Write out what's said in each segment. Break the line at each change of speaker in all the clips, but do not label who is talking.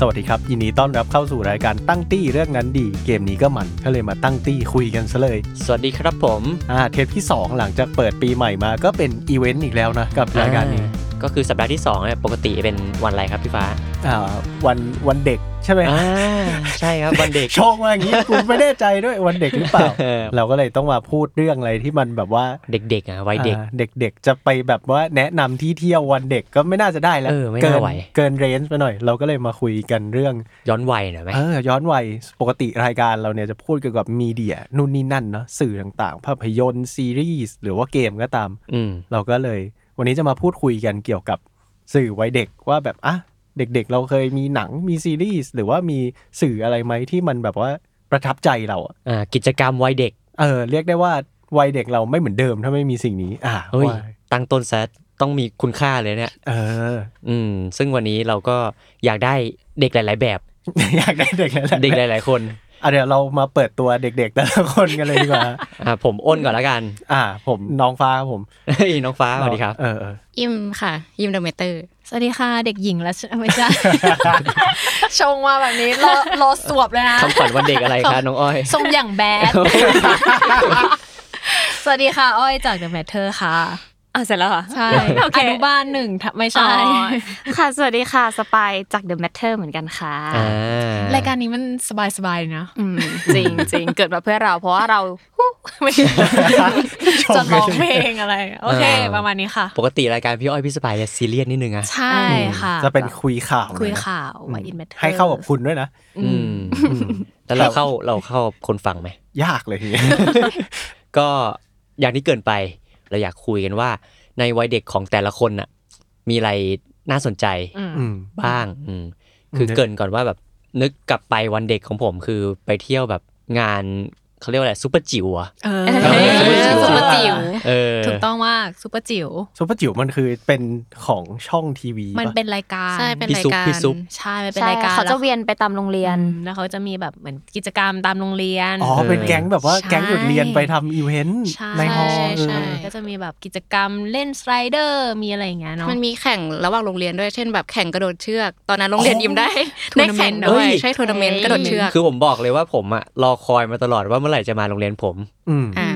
สวัสดีครับ ยินดีต้อนรับเข้าสู่รายการตั้งตี้เรื่องนั้นดี เกมนี้ก็มันก็เลยมาตั้งตี้คุยกันซะเลย
สวัสดีครับผม
อ่าเทปที่ 2 หลังจากเปิดปีใหม่มาก็เป็นอีเวนต์อีกแล้วนะกับรายการนี้
อ่ก็คือสัปดาห์ที่2เนี่ยปกติเป็นวันอะไรครับพี่ฟ้า
อ่าวันวันเด็กใช่ไหม
อ่าใช่ครับวันเด็ก
โชงมาอย่างนี้กูไม่แน่ใจด้วยวันเด็กหรือเปล่า
เออ
เราก็เลยต้องมาพูดเรื่องอะไรที่มันแบบว่า
เด็กๆอ่ะวัยเด็ก
อ่าเด็กๆ จะไปแบบว่าแนะนำที่เที่ยววันเด็กก็ไม่น่าจะได้แล้ว
เออไม่
เกิ
น่าไหว
เกินเรนจ์ไปหน่อย เราก็เลยมาคุยกันเรื่อง
ย้อนวัยหน่อยไหม
เออย้อนวัยปกติรายการเราเนี่ยจะพูดเกี่ยวกับมีเดียนู่นนี่นั่นเนาะสื่อต่างๆ ภาพยนตร์ซีรีส์หรือว่าเกมก็ตาม
อืม
เราก็เลย วันนี้จะมาพูดคุยกันเกี่ยวกับสื่อวัยเด็กว่าแบบอ่ะเด็กๆ เราเคยมีหนังมีซีรีส์หรือว่ามีสื่ออะไรไหมที่มันแบบว่าประทับใจเราอะ
อ่ากิจกรรมวัยเด็ก
เออเรียกได้ว่าวัยเด็กเราไม่เหมือนเดิมถ้าไม่มีสิ่งนี้ อ่ะ
เฮ้ย
ว่า
ตั้งต้นซะต้องมีคุณค่าเลยเนี่ย
เออ
อืม ซึ่งวันนี้เราก็อยากได้เด็กหลาย ๆแบบ
อยากได้เด็กแล้วแหละ
เด็กหลาย ๆ คน
อ่ะเดี๋ยวเรามาเปิดตัวเด็กๆแต่ละคนกันเลยดีกว่า
อ่าผมอ้น ก่อนละกัน
อ่า ผมน้องฟ้าครับผม
เฮ้ยน้องฟ้าสวัสดีครับ
เออเออ
อิมค่ะ อิมเดอะเมเตอร์
สวัสดีค่ะ เด็กหญิงและชไม่ใช่ ชงมาแบบนี้รอรอสวบเลยนะ
คำขวัญวันเด็กอะไรคะน้องอ้อย
ทรงอย่างแบด สวัสดีค่ะ อ้อยจากเดอะแมทเทอร์ค่ะ
อ่ะเสร็จแล้วเหรอ
ใช่
โอเค
อนุบาลหนึ่งถ้าไม่
อ๋
ใช่
อค่ะ สวัสดีค่ะ สปายจาก The Matter เหมือนกันค่ะ
อ่าร
ายการนี้มันสบายๆเลยนะ
อืมจริงจริงเกิดมาเพื่อเรา เพราะว่าเราฮู้ไม่ใช่
จะร้องเพลงอะไร โอเค ประมาณนี้ค่ะ
ปกติรายการพี่อ้อยพี่สปายจะซีเรียสนิดนึงอะ
ใช่ค่ะ
จะเป็นคุยข่าว
คุ
ห
ย
น่อนะ
ข่าว
อืม
ว่าอินเมทเทอร์
ให้เข้ากับคุณด้วยนะ
อื ม แล้วเราเข้าเราเข้าคนฟังไหม
ยากเลยทีเนี้ย
ก็อย่างที่เกรินไป เราอยากคุยกันว่า ในวัยเด็กของแต่ละคนน่ะ มีอะไรน่าสนใจ
อืม
อืม
บ้าง อืม
อืม
คือเกรินก่อนว่าแบบนึกกลับไปวันเด็กของผมคือไปเที่ยวแบบงานเขาเรียกว่าอะไรซุปเปอร์จิ๋วอะ
เออ
เออซุปเปอร์จิ๋ว
ซุปเปอร์จิ๋ว
เออ
ถูกต้องมากซุปเปอร์จิ๋ว
ซุปเปอร์จิ๋วมันคือเป็นของช่องทีวี
มัน
ปะ
เป็นรายการ
ใช่เป็น
พี่ซุป
รายการ
พี่ซุป
ใช่มันเป็น
ใช่
รายการ
เขาจะ
แล้ว
เวียนไปตามโรงเรียน
อืมแล้วเขาจะมีแบบเหมือนกิจกรรมตามโรงเรียน
อ๋อ เป็นแก๊งแบบว่า
ใช่
แก๊งหยุดเรียนไปทำอีเวนต์
ใช่
ในฮอลล์
ใช่ใช่
เออ
ก็จะมีแบบกิจกรรมเล่นสไลเดอร์มีอะไรอย่างเงี้ยเนาะ
มันมีแข่งระหว่างโรงเรียนด้วย เช่นแบบแข่งกระโดดเชือก ทัวร์นาเมนต์ตอนนั้นโรงเรียนอิมได้ ได้แข่งด้วย
เอ้ย
ใช่ทัวร์นาเมนต์กระโดดเชือก
คือผมบอกเลยว่าผมอะรอคอยมาตลอดว่าเมื่อไหร่จะมาโรงเรียนผม
อืม
อ่า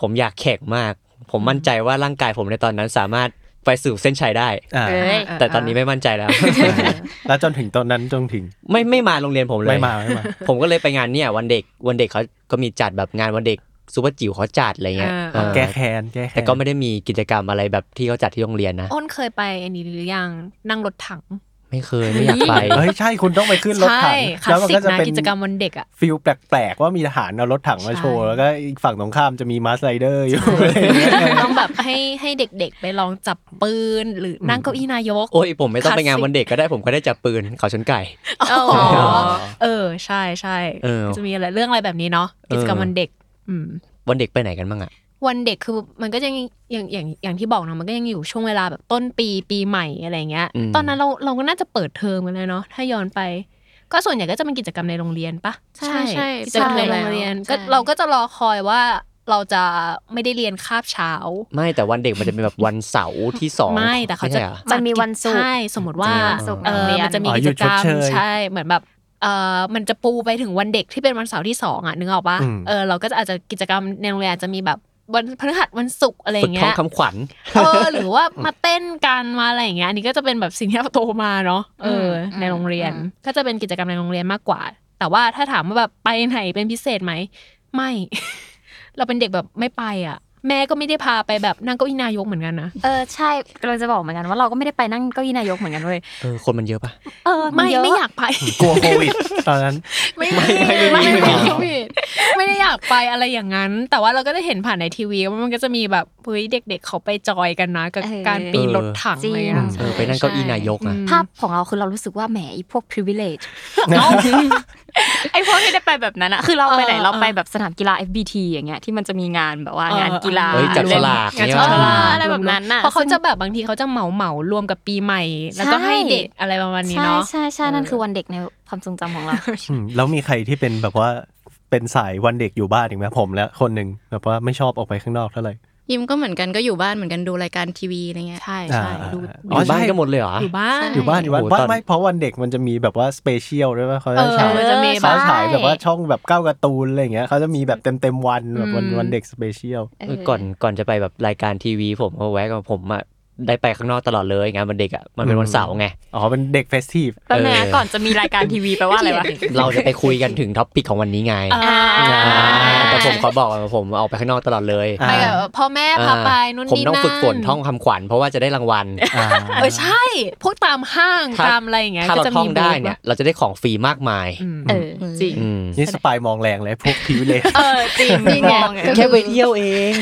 ผมอยากแข่งมาก ผมมั่นใจว่าร่างกายผมในตอนนั้นสามารถไปสู่เส้นชัยได้
อ่า
เอ้ย
แต่ตอนนี้ไม่มั่นใจแล้ว
แล้วจนถึงตอนนั้นจนถึง
ไม่ไม่มาโรงเรียนผมเลย
ไม่มาไม่มา
ผมก็เลยไปงานเนี่ยวันเด็กวันเด็กเขาก็มีจัดแบบงานวันเด็กซูเปอร์จิ๋วเขาจัดอะไรเงี้ย
อ่า
เออ
แก้แค้นแก้แค้น
แต่ก็ไม่ได้มีกิจกรรมอะไรแบบที่เขาจัดที่โรงเรียนนะ
อ้นเคยไปอันนี้หรือยังนั่งรถถัง
ไม่เคยไม่อยากไป
เฮ้ยใช่คุณต้องไปขึ้นรถถัง
คลาสสิกนะ
เป็
กิจกรรมวันเด็กอ่ะ
ฟิลแปลกๆ ว่ามีทหารเอารถถังมาโชว์
ใช่
แล้วก็อีกฝั่งตรงข้ามจะมีมาสไลเดอร์อยู่
ต้องแบบให้ให้เด็กๆ ไปลองจับปืนหรือนั่งเก้าอี้นายก
โอ้ยผมไม่ต้องไปงาน
คลาสสิก
วันเด็กก็ได้ผมก็ได้จับปืนเขาชนไก่
อ๋อเออใช่ใช่
เออ
จะมีอะไรเรื่องอะไรแบบนี้เนาะกิจกรรม
เออ
วันเด็ก อืม
วันเด็กไปไหนกันบ้างอ่ะ
วันเด็กคือมันก็ยังอย่างอย่างอย่างที่บอกเนาะมันก็ยังอยู่ช่วงเวลาแบบต้นปีปีใหม่อะไรเงี้ย
อืม
ตอนนั้นเราเราก็น่าจะเปิดเทอมกันเลยเนาะถ้าย้อนไป ก็ส่วนใหญ่ก็จะเป็นกิจกรรมในโรงเรียนปะ
ใช่ใช่
กิจกรรมในโรงเรียน
ใช่
ก็เราก็จะรอคอยว่าเราจะไม่ได้เรียนคาบเช้า
ไม่แต่วันเด็กมันจะเป็นแบบวันเสาร์ที่สอง
ไม่แต่เขาจะ
ใช่หรอ
จัด
มันมีวันศุกร์
ใช่สมมติว่า
จะมีวันศุกร์
เออ
โรงเรียน
มันจะมี
อ๋อ
กิ
หยุ
จ
ด
กรรม
ชดเชย
ใช่เหมือนแบบเออมันจะปูไปถึงวันเด็กที่เป็นวันเสาร์ที่สองอ่ะนึกออกปะ
อืม
เออเราก็จะอาจจะกิจกรรมในโรงเรียนอาจจะมีแบบวันพฤหัสวันศุกร์อะไรอ
ฝึก
ย่างเงี้
ท่อง
ย
คำขวัญ
เออหรือว่ามาเต้นกันมาอะไรอย่างเงี้ยอันนี้ก็จะเป็นแบบสิ่งที่เราโตมาเนาะเอออ
ม
ในโรงเรียน
อืม
ก็จะเป็นกิจกรรมในโรงเรียนมากกว่า แต่ว่าถ้าถามว่าแบบไปไหนเป็นพิเศษไหมไม่ เราเป็นเด็กแบบไม่ไปอ่ะ แม่ก็ไม่ได้พาไปแบบนั่งเก้าอี้นายกเหมือนกันนะ
เออใช่กำลังจะบอกเหมือนกันว่าเราก็ไม่ได้ไปนั่งเก้าอี้นายกเหมือนกันเว้ย
เออคนมันเยอะปะ
เออ
ไม่
นเะ
ไม่อยากไป
กลัวโค วิด ตอนนั้น
ไม่ไม่
ไม่
ไม่
ไม่
ไม่
ไม่
ไม่ไม่ไม่ได้อยากไปอะไรอย่างนั้น แต่ว่าเราก็ได้เห็นผ่านในทีวีว่ามันก็จะมีแบบ เฮ้ยเด็กๆเขาไปจอยกันนะกับ
เออ
การปีนรถถัง
จริ
เล
ง
ยอะ
เออไปนั่งเก้าอี้นายก
อื
นะ
ม
ภาพของเราคือเรารู้สึกว่าแหมไอ้พวก privilege ไอ้พวกที่ได้ไปแบบนั้นอะคือเราไปไหน
เออ
เราไป
เออ
แบบสนามกีฬา FBT อย่างเงี้ยที่มันจะมีงานแบบว่างานกีฬา
เออเออเออเฮ้ยจับฉลาก
เล่น
เอ
จับฉลา
อก อะไรแบบนั้นน่ะ
เพราะเขาจะแบบบางทีเขาจะเหมาเหมาๆรวมกับปีใหม่ แล้วก็
ใช่
ให้เด็กอะไรประมาณนี้
ใช่
เนาะ
ใช่ใช่นั่น
เออ
คือวันเด็กในความทรงจำของเรา
อืมแล้วมีใครที่เป็นแบบว่าเป็นสายวันเด็กอยู่บ้านอีกไหมผมแล้วคนหนึ่งแบบว่าไม่ชอบออกไปข้างนอกเท่าไหร่
ยิมก็เหมือนกันก็อยู่บ้านเหมือนกันดูรายการทีวีอะไรเงี้ยใช่
อ่า
ใช่ดู
อ
อ๋ออยู่
บ้าน
ใช่
กันหมดเลยเหรอ
อยู่บ้าน
อยู่บ้านอยู่บ้าน
โอ้โห
บ้า
ต
น
อน
ไม่เพราะวันเด็กมันจะมีแบบว่าสเปเชียลด้วยว่าเขา
เอ
จะ
อ
ฉาย
มันจะมี
บ้
แบ
เขา
บ
น
ฉายแบบว่าช่องแบบเก้าการ์ตูนอะไรอย่างเงี้ยเขาจะมีแบบเต็มเต็มๆวันแบบวัน
อืม
วันเด็กสเปเชียล
เอ
เอ
อ
อก่อนก่อนจะไปแบบรายการทีวี ผมก็แวะกับผมอะได้ไปข้างนอกตลอดเลยงานวันเด็กอะมันเป็น
อืม
วันเสาร์ไง
อ๋อเป็นเด็กเฟสทีฟ
แป๊บนึงนะ
เออ
ก่อนจะมีรายการทีวีแปลว่าอะไรวะ
เราจะไปคุยกันถึงท็อปปิกของวันนี้ไง
อ่า
อ่าแต่ผมขอบอกก่อนว่าผมออกไปข้างนอกตลอดเลย
อ่า
ไปกับพ่อแม่พาไปนู่น
ผม
นี่
ต้อง
นั่น
ฝึกฝนท่องคำขวัญเพราะว่าจะได้รางวัล
อ่า
เออใช่ พวกตามห้าง
ถ้า
ตามอะไรอย่างเงี้ย
ถ้า
ก็
เรา
จะ
ท่
มี
อง
บู
ได้
ธ
เนี่ย เราจะได้ของฟรีมากมาย
อืม
เออจริง
อืม
นี่สปายมองแรงเลยพวกพิ วเลย
เออจริง
นี่ไง
มออะ
แค่ไปเที่ยวเอง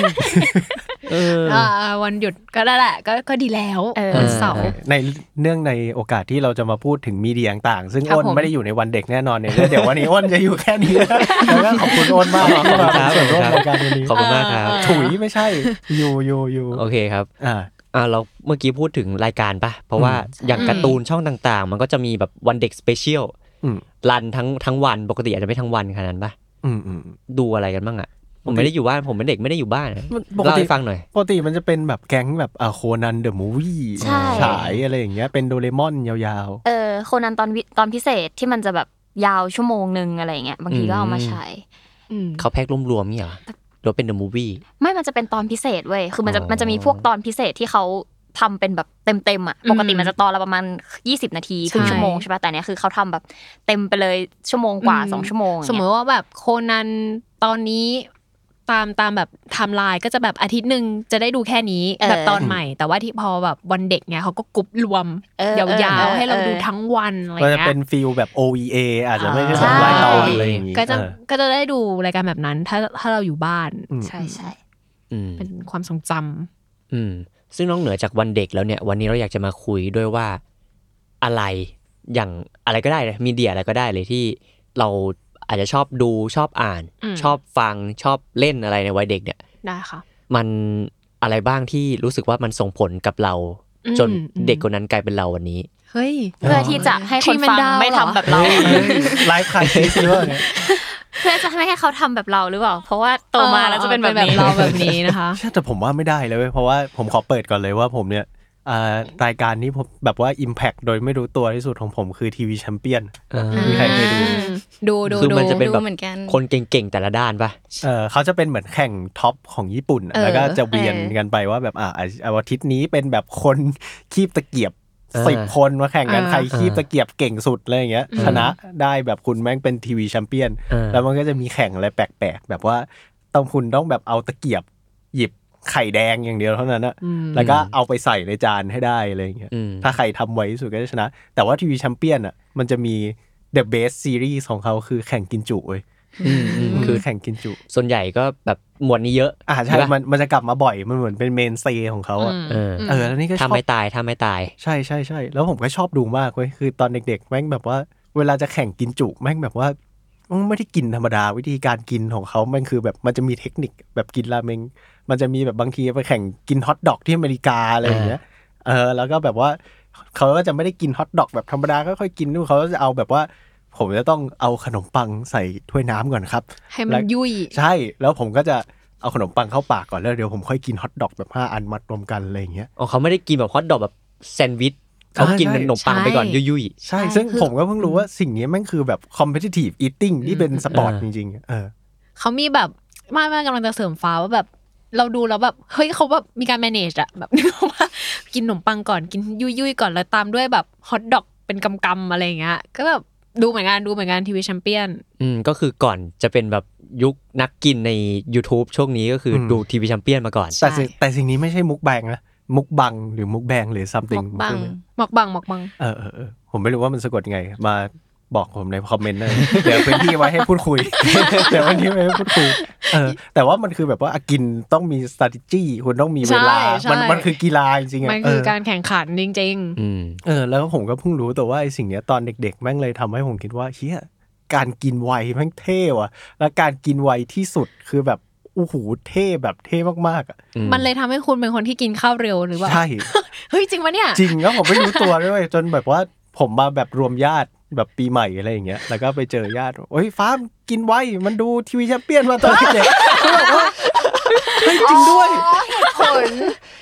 เออ
าวันหยุดก็ได้แหละก็ก็ดีแล้ว
เออ
วันเสาร์
ในเนื่องในโอกาสที่เราจะมาพูดถึงมีเดียต่างๆซึ่ง
ครับ
อ้น
ผม
ไม่ได้อยู่ในวันเด็กแน่นอนเนี่ยเดี๋ยววันนี้อ้นจะอยู่แค่นี้แล้วแล้วก็ขอบคุณอ้นมาก
ขอบคุณครับ
สำหรับร่วมรายการวันนี้
ขอบคุณมากครับ
ถุยไม่ใช่อยู่อยู่อยู่
โอเคครับ
อ่า
อ่าเราเมื่อกี้พูดถึงรายการปะเพราะว่าอย่างการ์ตูนช่องต่างๆ มันก็จะมีแบบวันเด็กสเปเชียล
อืม
รันทั้งทั้งวันปกติอาจจะไม่ทั้งวันขนาดนั้นปะ
อืมอืม
ดูอะไรกันบ้างอ่ะ ผมไม่ได้อยู่บ้านผมเป็นเด็กไม่ได้อยู่บ้าน
มันปกติ
เล่าให้ฟังหน่อย
ปกติมันจะเป็นแบบแก๊งแบบอ่าโคนันเดอะมูวี่
ใช่
ฉายอะไรอย่างเงี้ยเป็นโดเรมอนยาว
เออโคนนั้นตอนวิตอนพิเศษที่มันจะแบบยาวชั่วโมงนึงอะไรอย่างเงี้ยบางทีก็เอามา
อืม
ฉาย
เขาแพ็ครวมๆนี่เหรอหรือว่าเป็นเดอะมูฟวี่
ไม่มันจะเป็นตอนพิเศษเว้ยคือมันจะ
อ๋อ
มันจะมีพวกตอนพิเศษที่เขาทำเป็นแบบเต็มๆอ่ะ
อืม
ปกติมันจะตอนละประมาณ 20 นาทีครึ่ง
ใช่
ชั่วโมงใช่ป่ะแต่เนี้ยคือเขาทำแบบเต็มไปเลยชั่วโมงกว่าสองชั่วโมง
สมมติว่าแบบโคนันตอนนี้ตามตามแบบไทม์ไลน์ก็จะแบบอาทิตย์หนึ่งจะได้ดูแค่นี้แบบตอนใหม่ แต่ว่าที่พอแบบวันเด็กเนี่ยเขาก็กรุบรวมยาวๆให้เราดู
ทั้ง
ทั้งวันอะไร
ๆก็จะ
เงี้
เป็
ย
นฟิลแบบ OEA อาจจะไม่ใช่แบบ
ใช่
รายตอนอะไรอย่างงี้
ก็จะ
เออ
ก็จะได้ดูรายการแบบนั้น ถ้าถ้าเราอยู่บ้าน
อืม
ใช่ใช่
อืม
เป็นความทรงจำ
อืม ซึ่งนอกเหนือจากวันเด็กแล้วเนี่ย วันนี้เราอยากจะมาคุยด้วยว่าอะไรอย่างอะไรก็ได้เลยมีเดียอะไรก็ได้เลยที่เราอาจจะชอบดูชอบอ่าน ชอบฟังชอบเล่นอะไรในวัยเด็กเนี่ย
ได้ค่ะ
มันอะไรบ้างที่รู้สึกว่ามันส่งผลกับเรา
อืม
จนเด็กคนนั้นกลายเป็นเราวันนี้
เฮ้ย
เพื่อที่จะให้คนฟัง
Treatment down
ไม่ทำแบบ เรา
ไลฟ์คลายซีซีเวอร์เนี่ย
เพื่อจะไม่ให้เขาทำแบบเราหรือเปล่า เพราะว่าโตมาแล้วจะเป็นแบบนี้
เราแบบนี้นะคะ
ใช่แต่ผมว่าไม่ได้เลยเว้ยเพราะว่าผมขอเปิดก่อนเลยว่าผมเนี่ยอ่ารายการนี้ผมแบบว่า Impact โดยไม่รู้ตัวที่สุดของผมคือทีวีแชมเปี้ยน มีใครเคยดู
ดูดู
คือ
ดู
มันจะเป็น
ดู
แบบ
เหมือนกัน
คนเก่งๆแต่ละด้านปะ
เออเขาจะเป็นเหมือนแข่งท็อปของญี่ปุ่นอะ
เออ
แล้วก็จะเวียนกันไปว่าแบบอ่าอาทิตย์นี้เป็นแบบคน คีบตะเกียบ
เออ
สิบคนมาแข่งกัน
อ่า
ใครคีบตะเกียบเก่งสุดอะไรอย่างเงี้ย
อืม
ชนะได้แบบคุณแม่งเป็นทีวีแชมเปี้ยน
เออ
แล้วมันก็จะมีแข่งอะไรแปลกๆ แบบว่าต้องคุณต้องแบบเอาตะเกียบหยิบไข่แดงอย่างเดียวเท่านั้นอะ
อืม
แล้วก็เอาไปใส่ในจานให้ได้อะไรอย่างเงี้ย
อืม
ถ้าใครทำไวที่สุดก็จะชนะ แต่ว่าทีวีแชมเปี้ยนอ่ะ มันจะมี The Best Series ของเขาคือแข่งกินจุเว้ย
อืม
คื
คือ อ
แข่งกินจุ
ส่วนใหญ่ก็แบบหมวดนี้เยอะ
อ่าใช่
ปะ
มันมันจะกลับมาบ่อย มันเหมือนเป็นเมนเซของเขาอ่ะ
เออ
เออ แล้วนี่ก็ช
ถ้า
อบ
ไม่ตายถ้าไม่ตาย
ใช่ใช่ใช่แล้วผมก็ชอบดูมากเว้ยคือตอนเด็ก ๆ แม่งแบบว่า เวลาจะแข่งกินจุแม่งแบบว่ามันไม่ได้กินธรรมดาวิธีการกินของเขามันคือแบบมันจะมีเทคนิคแบบกินราเมง มันจะมีแบบบางทีไปแข่งกินฮอทดอกที่อเมริกาอะไรอย่างเงี้ยเออแล้วก็แบบว่าเขาก็จะไม่ได้กินฮอทดอกแบบธรรมดาค่อยๆกินนู่นเขาก็จะเอาแบบว่า ผมจะต้องเอาขนมปังใส่ถ้วยน้ำก่อนครับ
ให้มันยุ่ย
ใช่แล้วผมก็จะเอาขนมปังเข้าปากก่อนแล้วเดี๋ยวผมค่อยกินฮอทดอกแบบห้าอันมัดรวมกันอะไรอย่างเงี้ย
อ๋อเขาไม่ได้กินแบบฮอทดอกแบบแซนด์วิชเขากินเป็นขนมปังไปก่อนยุ่ย
ใช่
ใช่
ซึ่ง
คือ
ผมก็เพิ่งรู้ว่าสิ่งนี้แม่งคือแบบ competitive eating ที่เป็นสปอร์ต
อ่า
จริงๆ เออ
เขามีแบบไมากมากำลังจะเสริมฟ้าว่าแบบ เราดูแล้วแบบเฮ้ยเขาแบบมีการ manage อะแบบ นึกออกว่ากินขนมปังก่อนกินยุยยุยๆก่อนแล้วตามด้วยแบบฮอทดอกเป็นกำกำๆอะไรอย่างเงี้ยก็แบบดูเหมือนกันดูเหมือนกันทีวีแชมเปี้ยน
ๆอืมก็คือก่อนจะเป็นแบบยุคนักกินใน YouTube ช่วงนี้ก็คืออ
ม
ดูทีวีแชมเปี้ยนมาก่อน
แต่สิ่งแต่สิ่งนี้ไม่ใช่มุกแบงนะ มุกบังหรือมุกแบงหรือ something
มกบัง
ใช่ไหม
หมอกบังหมอกบัง
เออเออเออผมไม่รู้ว่ามันสะกดไง มา บอกผมในคอมเมนต์เลย เดี๋ยวพื้นที่ไว้ให้พูดคุย เดี๋ยววันนี้ไว้ให้พูดคุยเออแต่ว่ามันคือแบบว่าอ่ะกินต้องมี s t r a t e g y คุณต้องมีเวลา
ใช่ใช่
มันมันคือกีฬาจริงๆอะ
มันคือ
เ
การแข่งขันจริง
อืม
เออแล้วผมก็เพิ่งรู้แต่ว่าไอสิ่งเนี้ยตอนเด็กๆ แม่งเลยทำให้ผมคิดว่าเฮียการกินไวแม่งเท่ว่ะ แล้วการกินไวที่สุดคือแบบโอ้โหเท่แบบเท่มากๆอ่ะ
อืม
ๆ มันเลยทำให้คุณเป็นคนที่กินข้าวเร็วหรือว่า
ใช่
เฮ้ย จริงปะเนี่ย
จริงแล้วผมไม่รู้ตัวด้วยจนแบบว่าผมมาแบบรวมญาติแบบปีใหม่อะไรอย่างเงี้ยแล้วก็ไปเจอญาติโอ้ยฟ้ามกินไวมันดูทีวีแชมเปี้ยนมาตอนเด็กๆก็แบบว่า เฮ้ยจริงด้วย
ผล